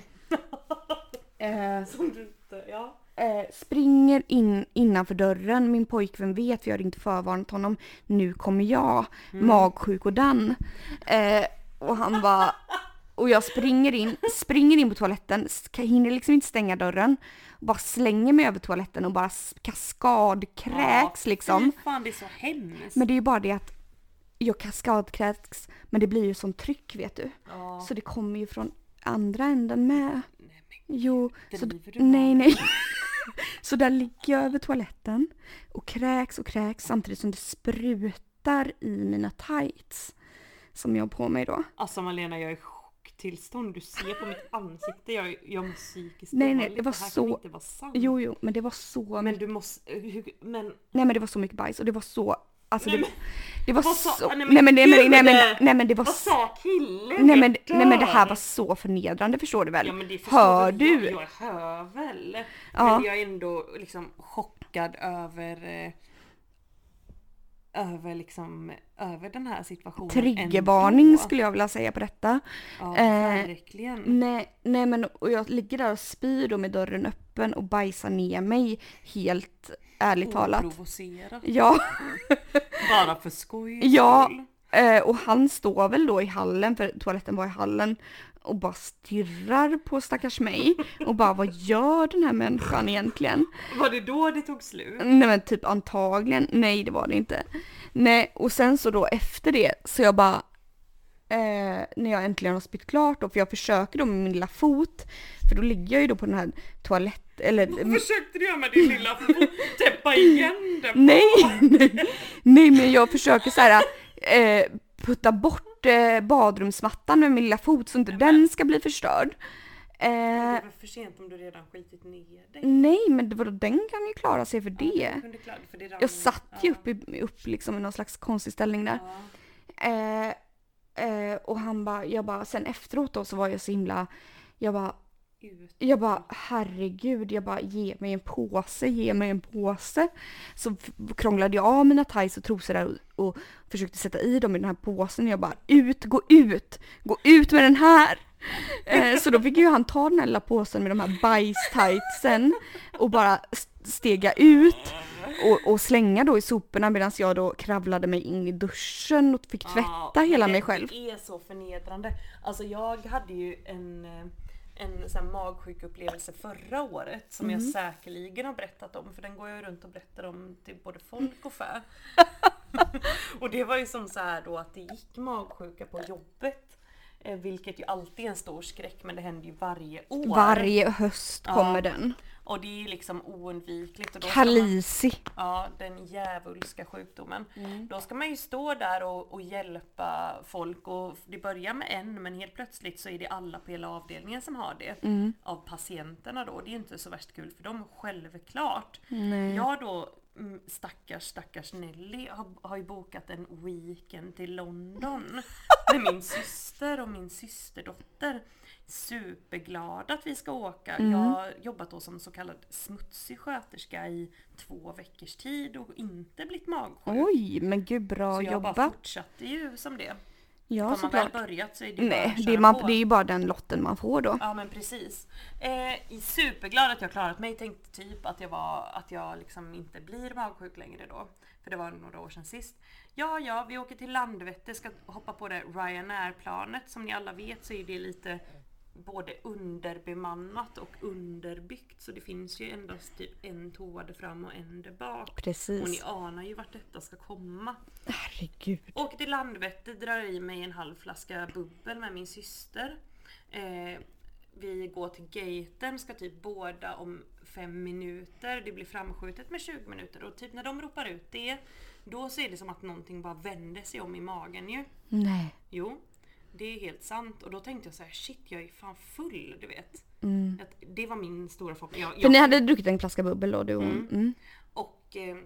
Eh,
Som du inte, ja.
eh, springer in innanför dörren. Min pojkvän vet, för jag hade inte förvarnat honom. Nu kommer jag, magsjuk och dan. Eh, och han bara... Och jag springer in, springer in på toaletten, ska- hinner liksom inte stänga dörren. Bara slänger mig över toaletten och bara s- kaskadkräks
Ja,
liksom.
Fy fan det är så hemskt.
Men det är ju bara det att jag kaskadkräks, men det blir ju sån tryck vet du.
ja.
Så det kommer ju från andra änden med.
Nej, men,
Jo, så,
Driver du
nej
med
nej. Så där ligger jag över toaletten och kräks och kräks samtidigt som det sprutar i mina tights. Som jag har på mig då.
alltså Malena jag är i chocktillstånd. Du ser på mitt ansikte. Jag, jag mår psykiskt
Nej, nej,
dåligt.
det var
här
så-
kan inte vara sant.
Jo jo, men det var så
Men
mycket,
du måste... Hur, men
nej men det var så mycket bajs och det var så, alltså det, det var
vad sa-
så,
nej, men
nej men nej men
gud!
nej men nej men det var
vad
så,
sa killen?
nej men
Jag
nej men det här
dör.
var så förnedrande förstår du väl?
Ja, men det förstår
Hör
väl
du?
Jag, jag hör väl.
Ja.
Men jag är ändå liksom chockad över eh, över liksom över den här situationen.
Triggervarning
ändå.
skulle jag vilja säga på detta.
Ja,
eh,
verkligen.
Nej, nej men och jag ligger där och spyr då med dörren öppen och bajsar ner mig helt ärligt talat.
Oprovocerat.
Ja,
Bara för skoj.
ja.
skull.
eh, Och han står väl då i hallen, för toaletten var i hallen, och bara stirrar på stackars mig och bara vad gör den här människan egentligen?
Var det då det tog slut?
Nej men typ antagligen, nej det var det inte. Nej och sen så då efter det så jag bara eh, när jag äntligen har spytt klart då, för jag försöker då med min lilla fot, för då ligger jag ju då på den här toalett eller
Försökte du göra med din lilla fot? Täppa igen den?
nej, nej, nej men jag försöker så här eh, putta bort eh, badrumsmattan med min lilla fot så inte den ska bli förstörd.
Det
Eh,
var för sent om du redan skitit ner dig.
nej men vadå, den kan ju klara sig för det.
Du kunde klara det, för det rann
Jag
ju.
satt ju
Ja.
upp, i, upp liksom i någon slags konstig ställning där.
Ja.
Eh, eh, och han bara, jag bara, sen efteråt då så var jag så himla, jag bara,
Ut.
jag bara herregud, jag bara ge mig en påse, ge mig en påse. Så f- krånglade jag av mina tights och trosor där och, och försökte sätta i dem i den här påsen. Jag bara ut, gå ut, gå ut med den här. Eh, så då fick ju han ta den här lilla påsen med de här bajstightsen och bara s- stega ut. och, och slänga då i soporna medan jag då kravlade mig in i duschen och fick tvätta
Ja,
hela
Ah, men
mig själv.
Det är så förnedrande. Alltså jag hade ju en, eh, en sån här magsjuk upplevelse förra året som
Mhm.
jag säkerligen har berättat om för den går jag ju runt och berättar om till både folk och fä. och det var ju som så här då att det gick magsjuka på jobbet. eh, Vilket ju alltid är en stor skräck men det händer ju varje år.
Varje höst kommer den.
Och det är ju liksom oundvikligt. Och då ska man-
Kalisi.
Ja, den djävulska sjukdomen. Då ska man ju stå där och, och hjälpa folk och det börjar med en men helt plötsligt så är det alla på hela avdelningen som har det. Av patienterna då. Det är ju inte så värst kul för dem, självklart. Jag då, mm, stackars stackars Nelly, har, har ju bokat en weekend till London. Med min syster och min systerdotter. Superglad att vi ska åka.
Mm.
Jag har jobbat då som så kallad smutsig sköterska i två veckors tid och inte blivit magsjuk.
Oj, men gud bra
så jag bara
jobbat.
fortsatte ju som det.
Ja,
Har man väl
såklart.
börjat så är det ju bara
Nej,
att
det är,
köra
man,
på.
det är ju bara den lotten man får då.
Ja men precis. Eh, superglad att jag klarat mig. Tänkte typ att jag, var, att jag liksom inte blir magsjuk längre då. För det var några år sedan sist. Ja, ja, vi åker till Landvetter, ska hoppa på det Ryanair-planet. Som ni alla vet så är det lite både underbemannat och underbyggt. Så det finns ju endast typ en toa där fram och en där bak. Och ni
Precis.
anar ju vart detta ska komma.
Herregud.
Åker till Landvetter, drar i mig en halv flaska bubbel med min syster. Eh, vi går till gaten, ska typ båda om fem minuter. Det blir framskjutet med 20 minuter och typ när de ropar ut det, då så är det som att någonting bara vänder sig om i magen ju.
Nej.
Jo, det är helt sant. Och då tänkte jag så här: shit jag är fan full, du vet. Att, det var min stora förhoppning. Jag,
För
jag
ni hade druckit en flaska bubbel då du och hon. Mm.
och eh,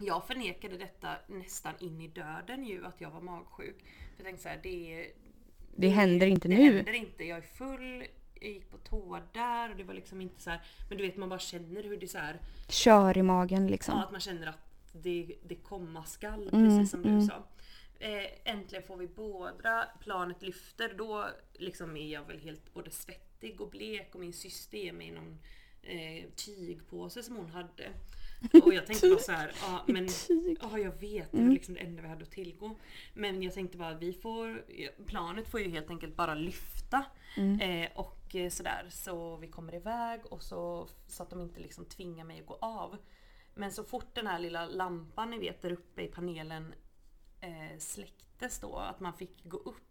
jag förnekade detta nästan in i döden ju att jag var magsjuk. För jag tänkte så här, det, det,
Det händer inte
det
nu.
händer inte, jag är full, jag gick på toa där och det var liksom inte så här. Men du vet man bara känner hur det så här,
Kör i magen liksom.
ja, att man känner att det, det komma skall
Mm,
precis som du sa. Eh, Äntligen får vi båda, planet lyfter, då liksom är jag väl helt både svettig och blek och min syster ger mig någon eh, tygpåse som hon hade. Och jag tänkte bara så här, ja men ja, jag vet, det var liksom det enda vi hade att tillgå. Men jag tänkte bara, vi får, planet får ju helt enkelt bara lyfta. Eh, och eh, sådär, så vi kommer iväg och så, så att de inte liksom tvingar mig att gå av. Men så fort den här lilla lampan ni vet där uppe i panelen eh, släcktes då, att man fick gå upp.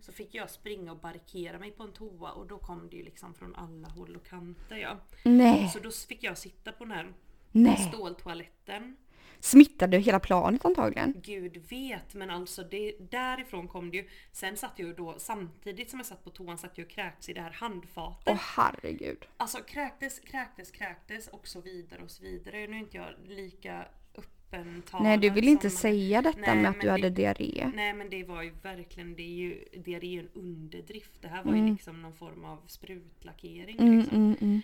Så fick jag springa och barrikera mig på en toa och då kom det ju liksom från alla håll och kanter. Ja.
Nej,
Så då fick jag sitta på den här
nej.
ståltoaletten.
Smittade hela planet antagligen.
Gud vet, men alltså det, därifrån kom det ju. Sen satt jag ju då, samtidigt som jag satt på toan satt jag och kräktes i det här handfatet.
Åh herregud.
Alltså kräktes, kräktes, kräktes och så vidare och så vidare. Nu är inte jag lika öppen
Nej du vill inte säga detta
Nej,
med att
men
du hade
det-
diarré.
Nej men det var ju verkligen, det är ju, det är ju en underdrift. Det här var
Mm.
ju liksom någon form av sprutlackering. liksom.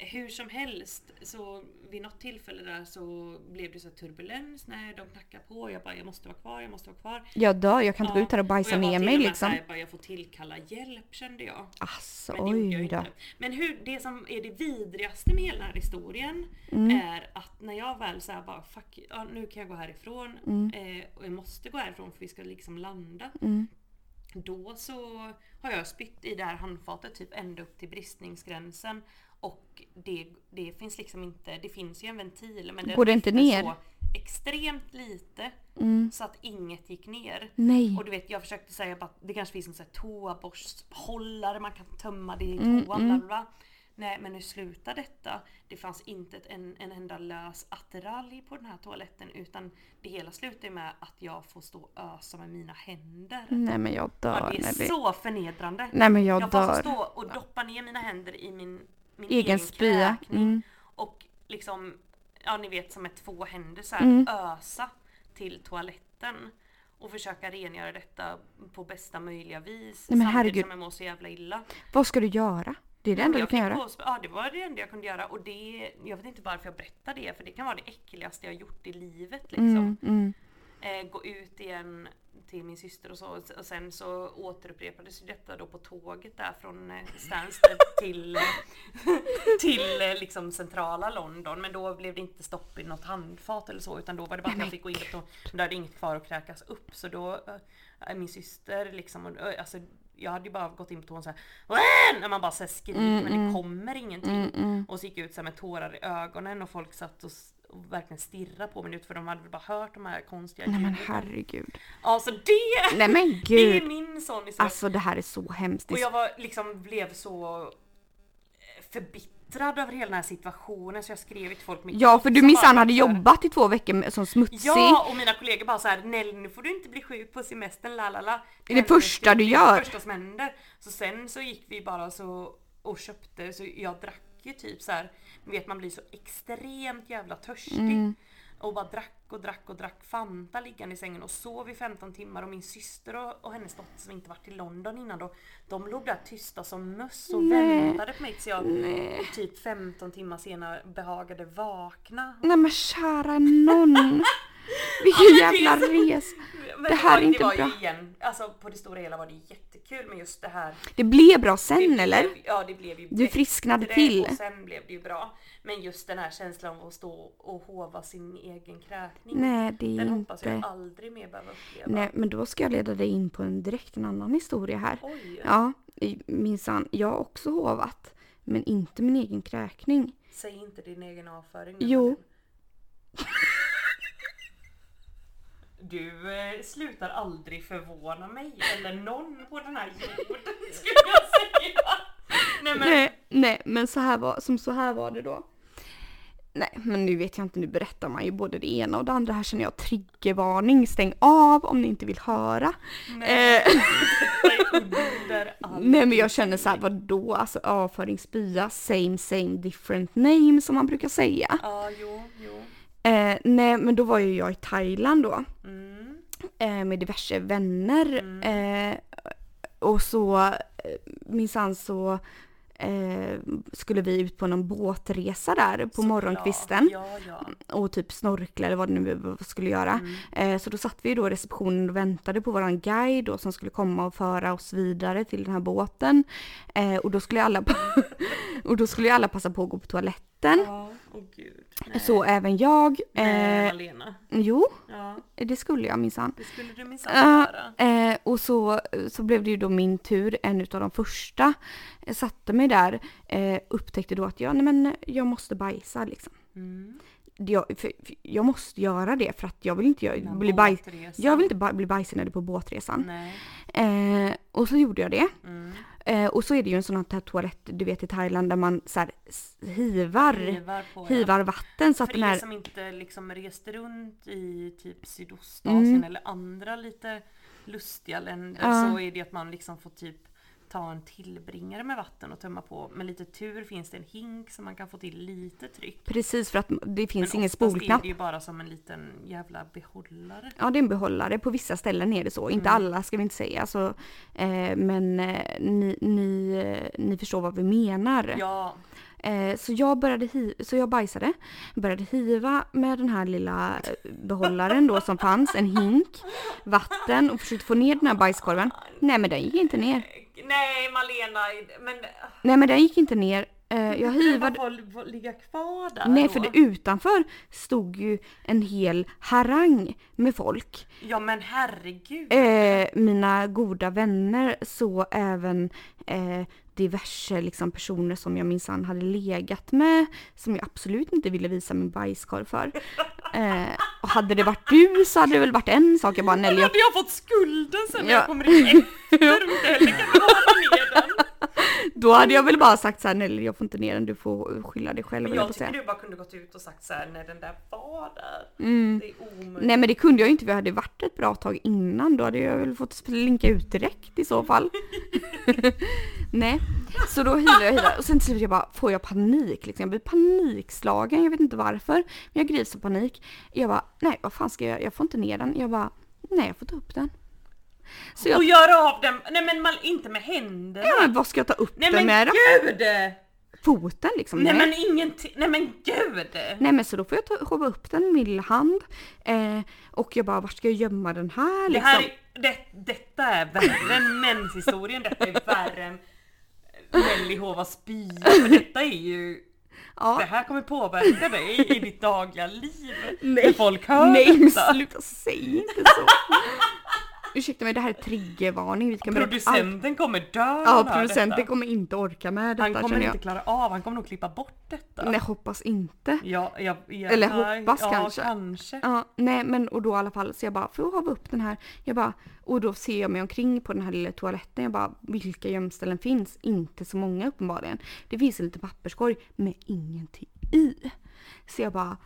Hur som helst, så vid något tillfälle där så blev det så här turbulens när de knackade på. Jag bara, jag måste vara kvar, jag måste vara kvar.
Jag dör, jag kan inte
Ja,
gå ut här och bajsa
jag var
ner
till
mig
och med så
liksom.
här, Jag, bara, jag får tillkalla hjälp kände jag.
Alltså
Men det gjorde jag
oj
ju
då.
inte. Men hur, det som är det vidrigaste med hela den här historien
Mm.
är att när jag väl så här bara fuck, ja, nu kan jag gå härifrån
Mm.
eh, och jag måste gå härifrån för vi ska liksom landa. Då så har jag spytt i det här handfatet typ ända upp till bristningsgränsen och det, det finns liksom inte, det finns ju en ventil men den
Går det inte
öppnar
ner? Mm.
så extremt lite så att inget gick ner.
Nej.
Och du vet jag försökte säga bara att det kanske finns någon sån här toaborsthållare man kan tömma det i toan. bla, bla, bla. Nej men nu slutar detta. Det fanns inte ett, en, en enda lös attiralj på den här toaletten utan det hela slutar ju med att jag får stå och ösa med mina händer.
Mm. Nej men jag
Ja,
dör.
det är
Nelly.
så förnedrande.
Nej men
Jag,
jag
får alltså
dör.
stå och doppa ner mina händer i min, min
Egen
egen,
spya.
kräkning.
Mm.
Och liksom, ja ni vet som med två händer så här,
Mm.
ösa till toaletten. Och försöka rengöra detta på bästa möjliga vis.
Nej, men
samtidigt
herregud.
som jag mår så jävla illa. Alltså,
Vad ska du göra? Det är det enda du
Jag
kan
fick
göra.
gås- Ja det var det enda jag kunde göra. Och det, jag vet inte varför jag berättar det. För det kan vara det äckligaste jag gjort i livet liksom.
Mm, mm.
eh, gå ut igen till min syster och så och sen så återupprepades ju detta då på tåget där från eh, Stansted till, eh, till eh, liksom centrala London men då blev det inte stopp i något handfat eller så utan då var det bara att jag fick gå in på men då hade inget kvar att kräkas upp så då eh, min syster liksom och, eh, alltså jag hade ju bara gått in på toan såhär "Wah!" när man bara såhär skriker
Mm,
men det kommer ingenting och så gick jag ut så här med tårar i ögonen och folk satt och, s- och verkligen stirrade på mig ut för de hade väl bara hört de här konstiga
Nej men
ljuden.
herregud.
Alltså det!
Nej men
Det är
gud.
min son i så
Alltså det här är så hemskt. Det är
Och jag var, liksom blev så eh, förbittrad över hela den här situationen så jag skrev till folk mycket.
Ja för du
som
minsann
bara-
hade jobbat i två veckor med, som smutsig.
Ja och mina kollegor bara så här Nelly nu får du inte bli sjuk på semestern la la la.
är det första du
Det är
gör.
Det första som händer. Så sen så gick vi bara så och köpte så jag drack ju typ så här. Ni vet man blir så extremt jävla törstig.
Mm.
Och bara drack och drack och drack Fanta liggande i sängen och sov i 15 timmar och min syster och, och hennes dotter som inte varit i London innan då De låg där tysta som möss och väntade på mig tills jag typ 15 timmar senare behagade vakna
Nej men kära någon. Vilken
Ja, men Alltså, det är
jävla
så-
res.
Men
Det här
var-
är inte
var ju
bra.
Igen, alltså på det stora hela var det jättekul men just det här.
Det blev bra
det
sen
blev-
eller?
Ja det blev ju
Du
bättre
frisknade
det,
till.
Och sen blev det ju bra. Men just den här känslan av att stå och hova sin egen kräkning.
Nej det är
den hoppas jag
inte.
aldrig mer behöver uppleva.
Nej men då ska jag leda dig in på en direkt en annan historia här.
Oj,
Ja minsann. Jag har också hovat. Men inte min egen kräkning.
säg inte din egen avföring. nu,
Jo.
Malin. Du eh, slutar aldrig förvåna mig eller någon på den här jorden skulle jag säga. Nej men
Nej, nej men så här var, som så här var det då. Nej men nu vet jag inte, nu berättar man ju både det ena och det andra. Här känner jag triggervarning, stäng av om ni inte vill höra. Nej, eh,
under all
nej men jag känner så här, vadå? Alltså avföring, spya, same same different name som man brukar säga.
Ja, jo, jo.
Eh, nej men då var ju jag i Thailand då.
Mm.
eh, med diverse vänner. Eh, och så eh, minsann så eh, skulle vi ut på någon båtresa där på morgonkvisten
Ja, ja.
och typ snorkla eller vad det nu var vi skulle göra.
Mm.
Eh, så då satt vi då i receptionen och väntade på våran guide då som skulle komma och föra oss vidare till den här båten. Eh, och, då skulle ju alla och då skulle ju alla passa på att gå på toaletten.
Ja, åh gud. Nej,
Så även jag.
Nej,
Alltså, Eh,
Malena.
jo,
Ja,
det skulle jag minsann.
det skulle du minsann
Ja,
göra.
eh, och så, så blev det ju då min tur, en utav de första. Jag satte mig där, eh, upptäckte då att jag, nej men jag måste bajsa liksom.
Mm.
Jag, för, för, jag måste göra det för att jag vill inte göra, bli bajs,
Båtresan.
jag vill inte ba, bli bajsnödig på båtresan.
Nej.
Eh, och så gjorde jag det.
Mm.
Eh, och så är det ju en sån här toalett, du vet i Thailand, där man så här, s- hivar,
Hivar på ja.
Mm. hivar vatten så att
För
den
er
här
som inte liksom reste runt i typ Sydostasien
Mm.
eller andra lite lustiga länder
Ja.
så är det att man liksom får typ ta en tillbringare med vatten och tömma på. Med lite tur finns det en hink så man kan få till lite tryck.
Precis för att det finns ingen
oftast är
spolknapp.
det ju bara som en liten jävla behållare.
Ja, det är en behållare. På vissa ställen är det så. Inte alla ska vi inte säga. Så, eh, men eh, ni, ni, eh, ni förstår vad vi menar.
Ja,
Eh, så, jag började hi- så jag bajsade. Började hiva med den här lilla eh, behållaren då som fanns. En hink, vatten och försökte få ner den här bajskorven. Nej men den gick inte ner.
nej Malena, men
Nej men den gick inte ner. Eh, jag
vad
hivade.
får, får ligga kvar där
Nej
då?
för det, utanför stod ju en hel harang med folk.
Ja men herregud.
eh, mina goda vänner så även eh, diverse liksom, personer som jag minsann hade legat med som jag absolut inte ville visa min bajskorv för. Eh, och hade det varit du så hade det väl varit en sak. Jag bara Nelly, jag,
Hade jag fått skulden sen när
Ja.
jag kommer in efter om inte heller kan hålla ner den?
då hade jag väl bara sagt så här Nelly jag får inte ner den, du får skylla dig själv.
Men
höll
jag
på att
tycker
säga.
du bara kunde gått ut och sagt så här när den där var där. Det är omöjligt.
Mm. Nej men det kunde jag ju inte för jag hade varit ett bra tag innan. Då hade jag väl fått slinka ut direkt i så fall. Nej, så då hyrde jag hyrde. Och sen till slut jag bara, får jag panik? Liksom. Jag blir panikslagen, jag vet inte varför. Men jag grips av panik. Jag bara, nej vad fan ska jag, jag får inte ner den. Jag bara, nej jag får ta upp den. Så jag,
Och göra av den, nej men man, inte med händerna.
ja, men vad ska jag ta upp
Nej
den
men
med då?
gud!
foten liksom.
Nej men ingenting, nej men gud!
Nej men så då får jag ta, shoppa upp den med min hand. Eh, och jag bara, vart ska jag gömma den här
Det
liksom?
här, är- det, detta är värre än menshistorien, detta är värre än Mellihova spya. För Detta är ju,
ja.
det här kommer påverka dig i ditt dagliga liv.
Nej.
När folk hör
Nej men
detta.
sluta, säg inte så. Ursäkta mig, det här är triggervarning. Vi kan berätta allt.
Producenten kommer dö när han
Ja,
hör
producenten
detta.
kommer inte orka med detta
Han kommer
känner jag.
inte klara av, han kommer nog klippa bort detta.
Nej, hoppas inte.
Ja, ja, ja,
Eller
nej,
hoppas
ja,
kanske.
kanske.
Ja, nej men och då i alla fall så jag bara, får jag hava upp den här? Jag bara, och då ser jag mig omkring på den här lilla toaletten. Jag bara, vilka gömställen finns? Inte så många uppenbarligen. Det finns en liten papperskorg med ingenting i. Så jag bara,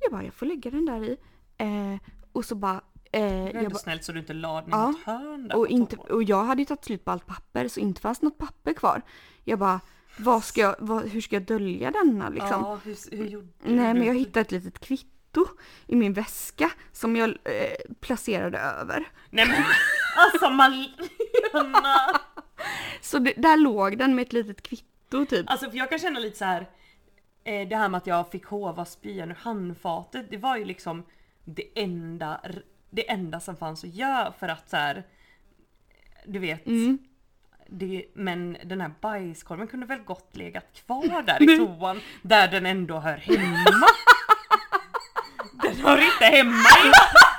jag bara, jag får lägga den där i. Eh, och så bara, eh,
Det är
jag
ändå
bara,
snällt så du inte la den i
Ja,
något hörn där
och,
på
inte,
toan.
och jag hade ju tagit slut på allt papper så inte fanns något papper kvar. Jag bara, vad ska jag, vad, hur ska jag dölja denna liksom?
Ja, hur, hur gjorde
Nej,
du?
men jag hittade ett litet kvitto i min väska som jag eh, placerade över.
Nej men alltså Malena!
Så det, där låg den med ett litet kvitto typ.
Alltså för jag kan känna lite så här. eh, Det här med att jag fick hova spyan ur handfatet, det var ju liksom det enda, det enda som fanns att göra för att så här. Du vet. Det, men den här bajskorven kunde väl gott legat kvar där i toan där den ändå hör hemma. Den hör inte hemma i,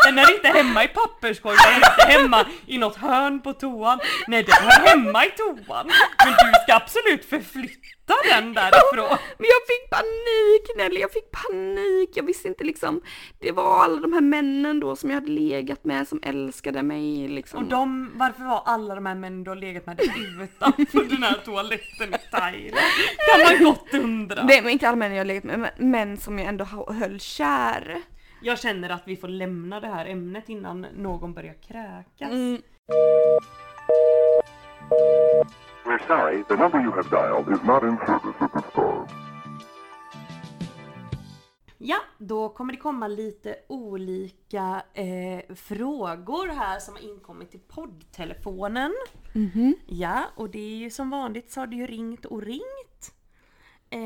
den hör inte hemma i papperskorgen, den hör inte hemma i något hörn på toan. Nej den hör hemma i toan. Men du ska absolut förflytta den därifrån.
Men jag fick panik Nelly, jag fick panik. Jag visste inte liksom. Det var alla de här männen då som jag hade legat med som älskade mig liksom.
Och de, varför var alla de här männen du har legat med utanför den här toaletten i Thailand? Kan man gott undra.
Nej men inte alla män jag har legat med, men män som jag ändå ha- höll kär.
Jag känner att vi får lämna det här ämnet innan någon börjar kräkas.
We're sorry, the number you have dialed is not in service at this time.
Ja, då kommer det komma lite olika eh, frågor här som har inkommit till poddtelefonen. Ja, och det är ju som vanligt så har det ju ringt och ringt. Eh,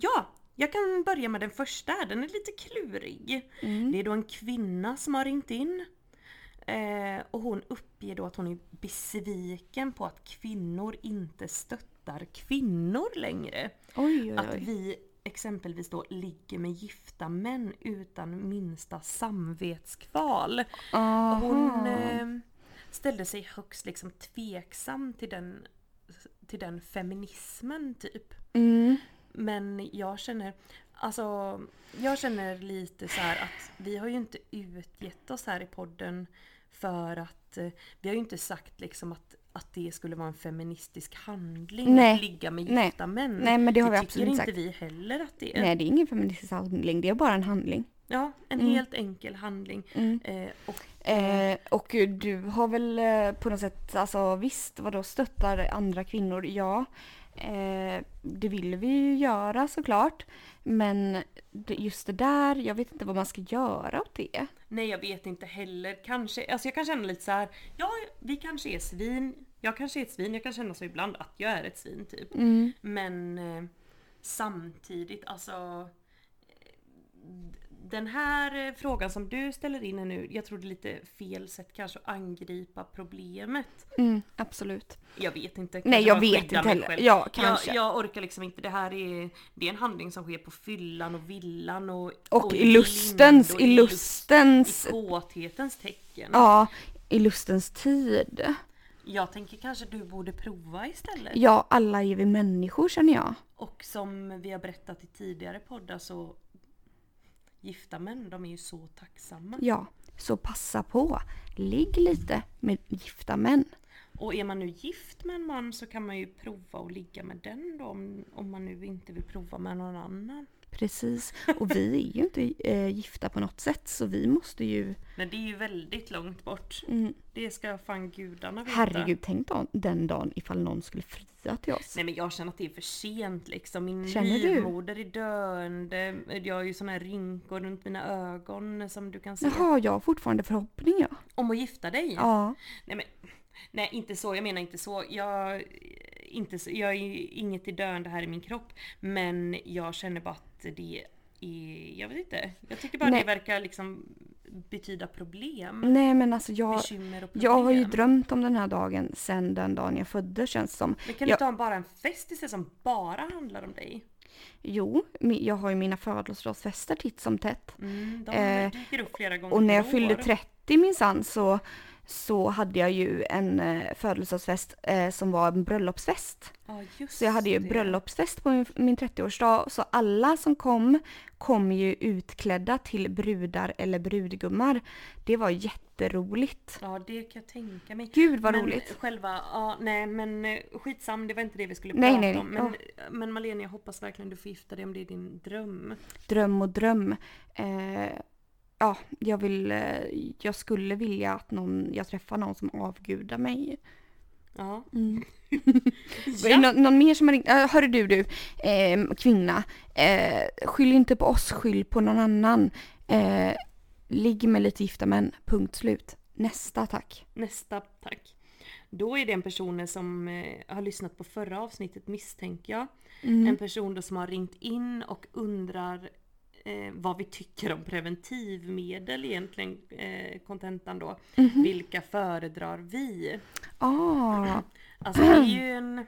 ja, jag kan börja med den första här. Den är lite klurig. Det är då en kvinna som har ringt in. Eh, och hon uppger då att hon är besviken på att kvinnor inte stöttar kvinnor längre.
Oj oj
Att vi exempelvis då ligger med gifta män utan minsta samvetskval.
Aha.
Hon eh, ställde sig högst liksom tveksam till den, till den feminismen typ.
Mm.
Men jag känner, alltså, jag känner lite så här att vi har ju inte utgett oss här i podden för att eh, vi har ju inte sagt liksom att, att det skulle vara en feministisk handling
Nej.
att ligga med
Nej.
gifta män.
Nej, men det har vi absolut
tycker
sagt.
inte vi heller att det är.
Nej Mm. det är ingen feministisk handling, det är bara en handling.
Ja, en helt enkel handling.
Mm.
Eh, och
Eh, och du har väl eh, på något sätt, alltså visst vadå stöttar andra kvinnor, ja. Eh, det vill vi ju göra såklart. Men det- just det där, jag vet inte vad man ska göra åt det.
nej, jag vet inte heller. Kanske, alltså jag kan känna lite så här. ja, vi kanske är svin. Jag kanske är ett svin, jag kan känna så ibland att jag är ett svin typ.
Mm.
Men eh, samtidigt, alltså den här eh, frågan som du ställer in här nu, jag tror det är lite fel sätt kanske att angripa problemet.
Mm, absolut.
Jag vet inte.
Nej,
kanske
jag
bara
vet
skydda
inte
mig
heller.
själv.
Ja, kanske.
Jag, jag orkar liksom inte. Det här är, det är en handling som sker på fyllan och villan och...
Och, i lustens,
blindo,
i lustens,
I kåthetens tecken.
ja, i lustens tid.
Jag tänker kanske du borde prova istället.
Ja, alla är vi människor känner jag.
Och som vi har berättat i tidigare poddar så... Gifta män, de är ju så tacksamma.
Ja, så passa på. Ligg lite med gifta män.
Och är man nu gift med en man så kan man ju prova att ligga med den då om, om man nu inte vill prova med någon annan.
Precis, och vi är ju inte eh, gifta på något sätt så vi måste ju,
Men det är ju väldigt långt bort. Det ska fan gudarna veta.
Mm. herregud tänk då, den dagen ifall någon skulle fria till oss.
Nej men jag känner att det är för sent liksom. Min
Känner du?
livmoder är döende. Jag har ju såna här rynkor runt mina ögon som du kan se.
Jaha, jag har fortfarande förhoppning ja.
Om att gifta dig?
Ja,
Nej men, nej inte så, jag menar inte så. Jag, inte, så- jag är inget i döende här i min kropp. Men jag känner bara att det är, jag vet inte. Jag tycker bara
Nej.
det verkar liksom betyda problem.
Nej men alltså jag,
Bekymmer och problem.
jag har ju drömt om den här dagen sedan den dagen jag föddes känns det som.
Men kan du
jag,
inte ha bara en fest istället som bara handlar om dig?
Jo, mi- jag har ju mina födelsedagsfester titt som tätt.
Mm, de
Eh,
dyker upp flera gånger
Och när
per
jag fyllde
år.
30 minsann så, så hade jag ju en eh, födelsedagsfest eh, som var en bröllopsfest.
Ja, just
Så jag hade ju
det.
bröllopsfest på min, min 30-årsdag. Så alla som kom kom ju utklädda till brudar eller brudgummar. Det var jätteroligt.
Ja, det kan jag tänka mig.
Gud vad
men
roligt.
Själva, ja, nej men eh, skitsam, det var inte det vi skulle
Nej,
prata
nej, nej.
om. Men, men Malena, jag hoppas verkligen du får gifta dig om det är din dröm.
Dröm och dröm. Eh, ja, jag vill, eh, jag skulle vilja att någon, jag träffar någon som avgudar mig.
Ja.
Mm. Är det någon, någon mer som har ringt? Äh, hörru du, du eh, kvinna. Eh, skyll inte på oss, skyll på någon annan. Eh, ligg med lite gifta män, punkt slut. Nästa tack.
Nästa, tack. Då är det en person som eh, har lyssnat på förra avsnittet misstänker jag.
Mm.
En person då som har ringt in och undrar eh, vad vi tycker om preventivmedel egentligen, eh, kontentan då.
Mhm.
Vilka föredrar vi?
Ah,
Alltså det är ju en...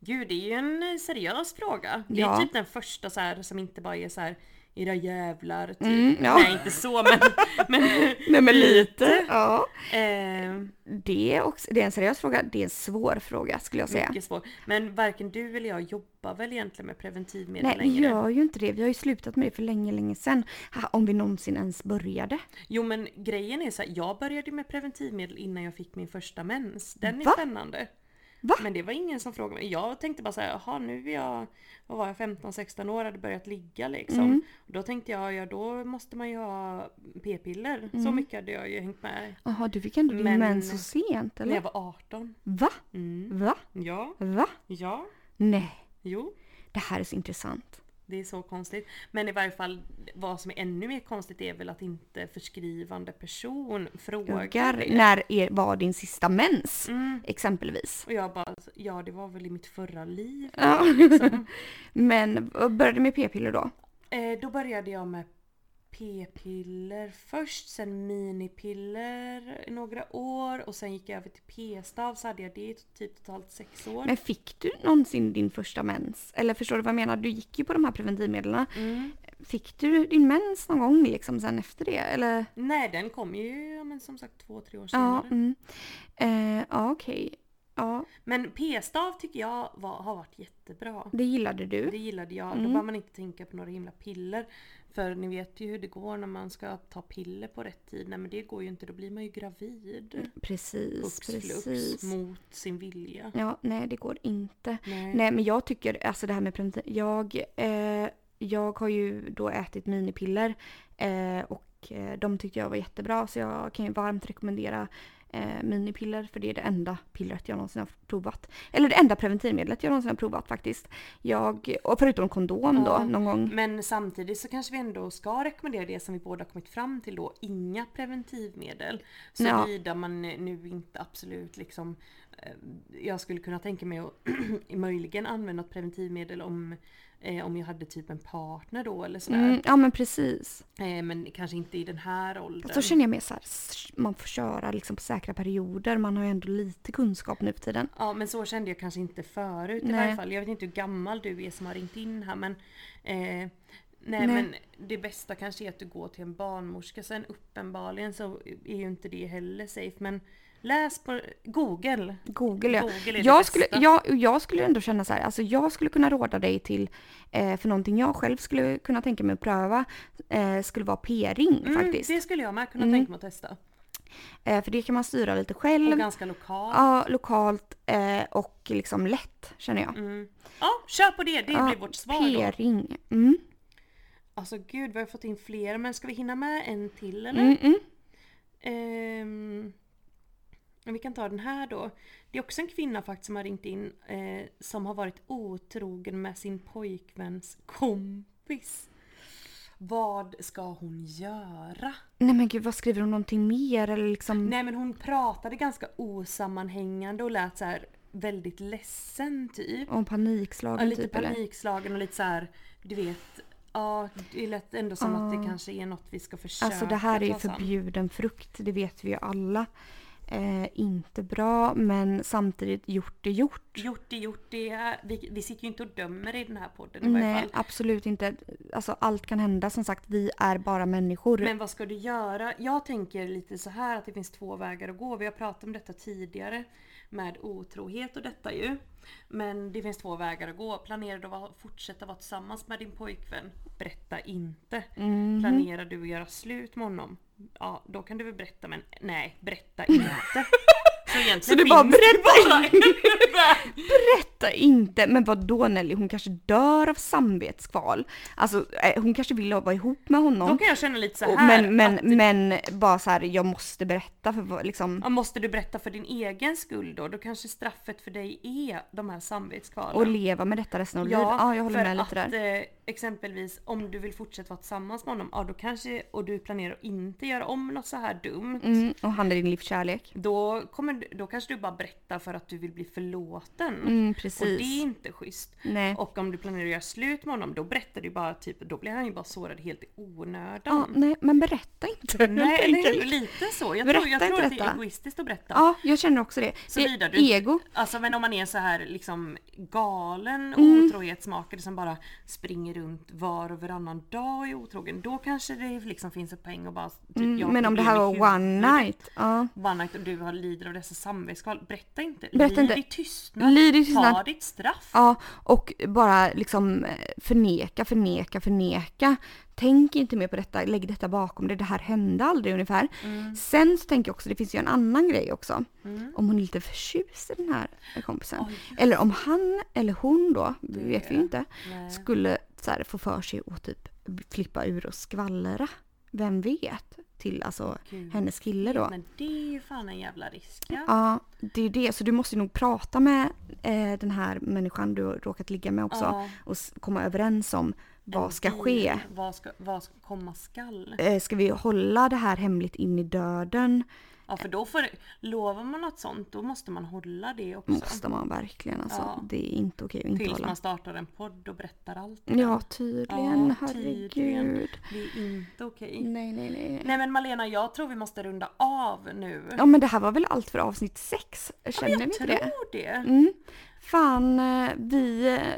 Gud, det är ju en seriös fråga. Det är
Ja.
typ den första så här, som inte bara är så här era jävlar typ.
Mm, ja.
Nej, inte så men... men,
nej men lite. Ja.
eh,
Det, är också, det är en seriös fråga, det är en svår fråga skulle jag säga.
Mycket svår. Men varken du eller jag jobbar väl egentligen med preventivmedel
Nej, vi
längre?
gör ju inte det. Vi har ju slutat med det för länge, länge sedan. Ha, om vi någonsin ens började.
Jo men grejen är så här, jag började med preventivmedel innan jag fick min första mens. Den är
Va?
spännande.
Va?
Men det var ingen som frågade mig. Jag tänkte bara så här, jaha nu är jag, vad var jag, 15-16 år hade börjat ligga liksom.
Mm.
Då tänkte jag, ja då måste man ju ha p-piller.
Mm.
Så mycket hade jag ju hängt med
Jaha, du fick ändå din
Men- Mm.
mens så sent
när
eller?
jag var 18.
Va? Va?
Ja,
Va?
ja,
Nej,
jo.
det här är så intressant.
Det är så konstigt. Men i varje fall vad som är ännu mer konstigt är väl att inte förskrivande person frågar.
frågar när er, var din sista mens
Mm.
exempelvis.
Och jag bara, ja det var väl i mitt förra liv.
Ja. Men vad började med p-piller då?
Eh, då började jag med p-piller först, sen minipiller i några år och sen gick jag över till p-stav så hade jag det i typ totalt sex år.
Men fick du någonsin din första mens? Eller förstår du vad jag menar? Du gick ju på de här preventivmedlen.
Mm.
Fick du din mens någon gång liksom sen efter det? Eller?
Nej den kom ju ja, men som sagt två, tre år
Ja,
senare.
mm. eh, ja okej. Ja,
Men p-stav tycker jag var, har varit jättebra.
det gillade du.
Det gillade jag.
Mm.
Då behöver man inte tänka på några himla piller. För ni vet ju hur det går när man ska ta piller på rätt tid. Nej men det går ju inte, då blir man ju gravid.
Precis,
Hux flux,
precis.
mot sin vilja.
Ja, nej det går inte.
Nej.
Nej men jag tycker, alltså det här med preventiv, jag, eh, jag har ju då ätit minipiller eh, och eh, de tyckte jag var jättebra så jag kan ju varmt rekommendera eh, minipiller för det är det enda pillret jag någonsin har provat. Eller det enda preventivmedlet jag någonsin har provat faktiskt. Jag, och förutom kondom då
Ja, Mm.
någon gång.
Men samtidigt så kanske vi ändå ska rekommendera det som vi båda har kommit fram till då, inga preventivmedel.
Ja.
Såvida man nu inte absolut liksom, eh, jag skulle kunna tänka mig att möjligen använda ett preventivmedel om, eh, om jag hade typ en partner då eller sådär.
Mm, ja men precis.
Eh, men kanske inte i den här åldern.
Fast då känner jag mer såhär, man får köra liksom på säkra perioder, man har ju ändå lite kunskap nu för tiden.
Ja men så kände jag kanske inte förut i
Nej.
varje fall. Jag vet inte hur gammal du är som har ringt in här men eh, Nej, men det bästa kanske är att du går till en barnmorska. Sen uppenbarligen så är ju inte det heller safe. Men läs på Google.
Google ja.
Google är det
jag, skulle,
bästa.
jag, jag skulle ändå känna så här, alltså jag skulle kunna råda dig till, eh, för någonting jag själv skulle kunna tänka mig att pröva, eh, skulle vara p-ring
Mm,
faktiskt.
det skulle jag med kunna tänka mig att testa.
Eh, för det kan man styra lite
Och
själv,
ganska lokalt. Ja.
ja, lokalt eh, och liksom lätt känner jag.
kör på Mm, det. Det
Ja,
blir vårt svar då.
P-ring. Mm.
Alltså gud, vi har fått in fler. Men ska vi hinna med en till eller?
Mm, mm.
Ehm, vi kan ta den här då. Det är också en kvinna faktiskt som har ringt in eh, som har varit otrogen med sin pojkväns kompis. Vad ska hon göra?
Nej men gud vad skriver hon någonting mer eller liksom?
Nej men hon pratade ganska osammanhängande och lät så här väldigt ledsen typ.
Och
Ja,
panikslagen
lite
typ eller?
panikslagen och lite så här, du vet. Ja, det lät ändå som att det kanske är något vi ska försöka
Alltså det här är ju
ta oss an.
förbjuden frukt, det vet vi ju alla. Eh, inte bra, men samtidigt gjort är gjort.
Gjort det, gjort det. Vi, vi sitter ju inte och dömer i den här podden i varje
Nej,
fall.
absolut inte. Alltså allt kan hända som sagt, vi är bara människor.
Men vad ska du göra? Jag tänker lite så här att det finns två vägar att gå. Vi har pratat om detta tidigare med otrohet och detta ju. Men det finns två vägar att gå. Planerar du att vara- fortsätta vara tillsammans med din pojkvän? Berätta inte.
Mhm.
Planerar du att göra slut med honom? Ja, då kan du väl berätta men nej, berätta inte. Så egentligen
Så du bara
finns det
berätta
bara-
Berätta inte! Men vad då Nelly, hon kanske dör av samvetskval. Alltså eh, hon kanske vill vara ihop med
Då
honom.
kan jag känna lite så
Och-
här.
men, men,
att-
men bara så här, jag måste berätta för vad- liksom.
Ja, måste du berätta för din egen skull då? Då kanske straffet för dig är de här samvetskvalen.
Och leva med detta resten av livet. Ja, jag håller
för
med lite
att,
där.
Eh, exempelvis om du vill fortsätta vara tillsammans med honom, ja då kanske, och du planerar att inte göra om något så här dumt.
Mm, och han är din livskärlek.
Då, kommer, du- då kanske du bara berättar för att du vill bli förlåten.
Mm,
och det är
precis.
inte schysst.
Nej.
Och om du planerar att göra slut med honom, då berättar du bara typ, då blir han ju bara sårad helt i onödan.
Ja, nej, men berätta inte. helt
Nej, eller hur?
enkelt.
lite så. Jag
Berätta
tror, jag tror
inte
att det är
detta.
egoistiskt att berätta.
Ja, jag känner också det. det
Såvida
är
du-
E- ego.
Alltså men om man är så här liksom galen
Mm.
otrohetsmakare som bara springer runt var och varannan dag i otrogen. Då kanske det liksom finns ett poäng och bara... Typ, jag har
Mm, Men om det
problem
här
i
var
huvudet.
one night. Ja.
One night och du har lider av dessa samvetskval. Berätta inte.
Berätta
Lid
inte.
i tystnad.
Lid i tystnad.
Ta ditt straff.
Ja, och bara liksom eh, förneka, förneka, förneka. Tänk inte mer på detta, lägg detta bakom dig, det här hände aldrig ungefär. Sen så tänker jag också, det finns ju en annan grej också. Om hon är lite förtjust i den här kompisen. Eller om han eller hon då, det vet vi ju inte, skulle så här, få för sig att typ flippa ur och skvallra. Vem vet? Till alltså hennes kille då.
Men det är ju fan en jävla risk ja.
Ja, det är det. Så du måste ju nog prata med eh, den här människan du har råkat ligga med också
Ja.
och s- komma överens om vad ska ske.
Vad ska, vad ska komma skall?
Eh, ska vi hålla det här hemligt in i döden?
Ja för då får lovar man något sånt då måste man hålla det också.
Måste man verkligen alltså.
Ja.
Det är inte okej att inte
Tills
hålla.
man startar en podd och berättar allt.
Ja, tydligen.
Ja,
Herregud.
tydligen. Det är inte okej.
Nej, nej, nej.
Nej men Malena, jag tror vi måste runda av nu.
Ja, men det här var väl allt för avsnitt sex? Känner vi
jag
inte
tror
det?
det.
Mm. Fan, eh, vi, eh,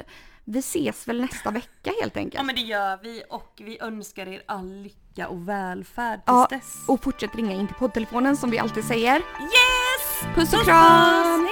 vi ses väl nästa vecka helt enkelt.
Ja men det gör vi och vi önskar er all lycka och välfärd tills
Ja,
dess.
och fortsätt ringa in till poddtelefonen som vi alltid säger.
Yes!
Puss och kram!
Hej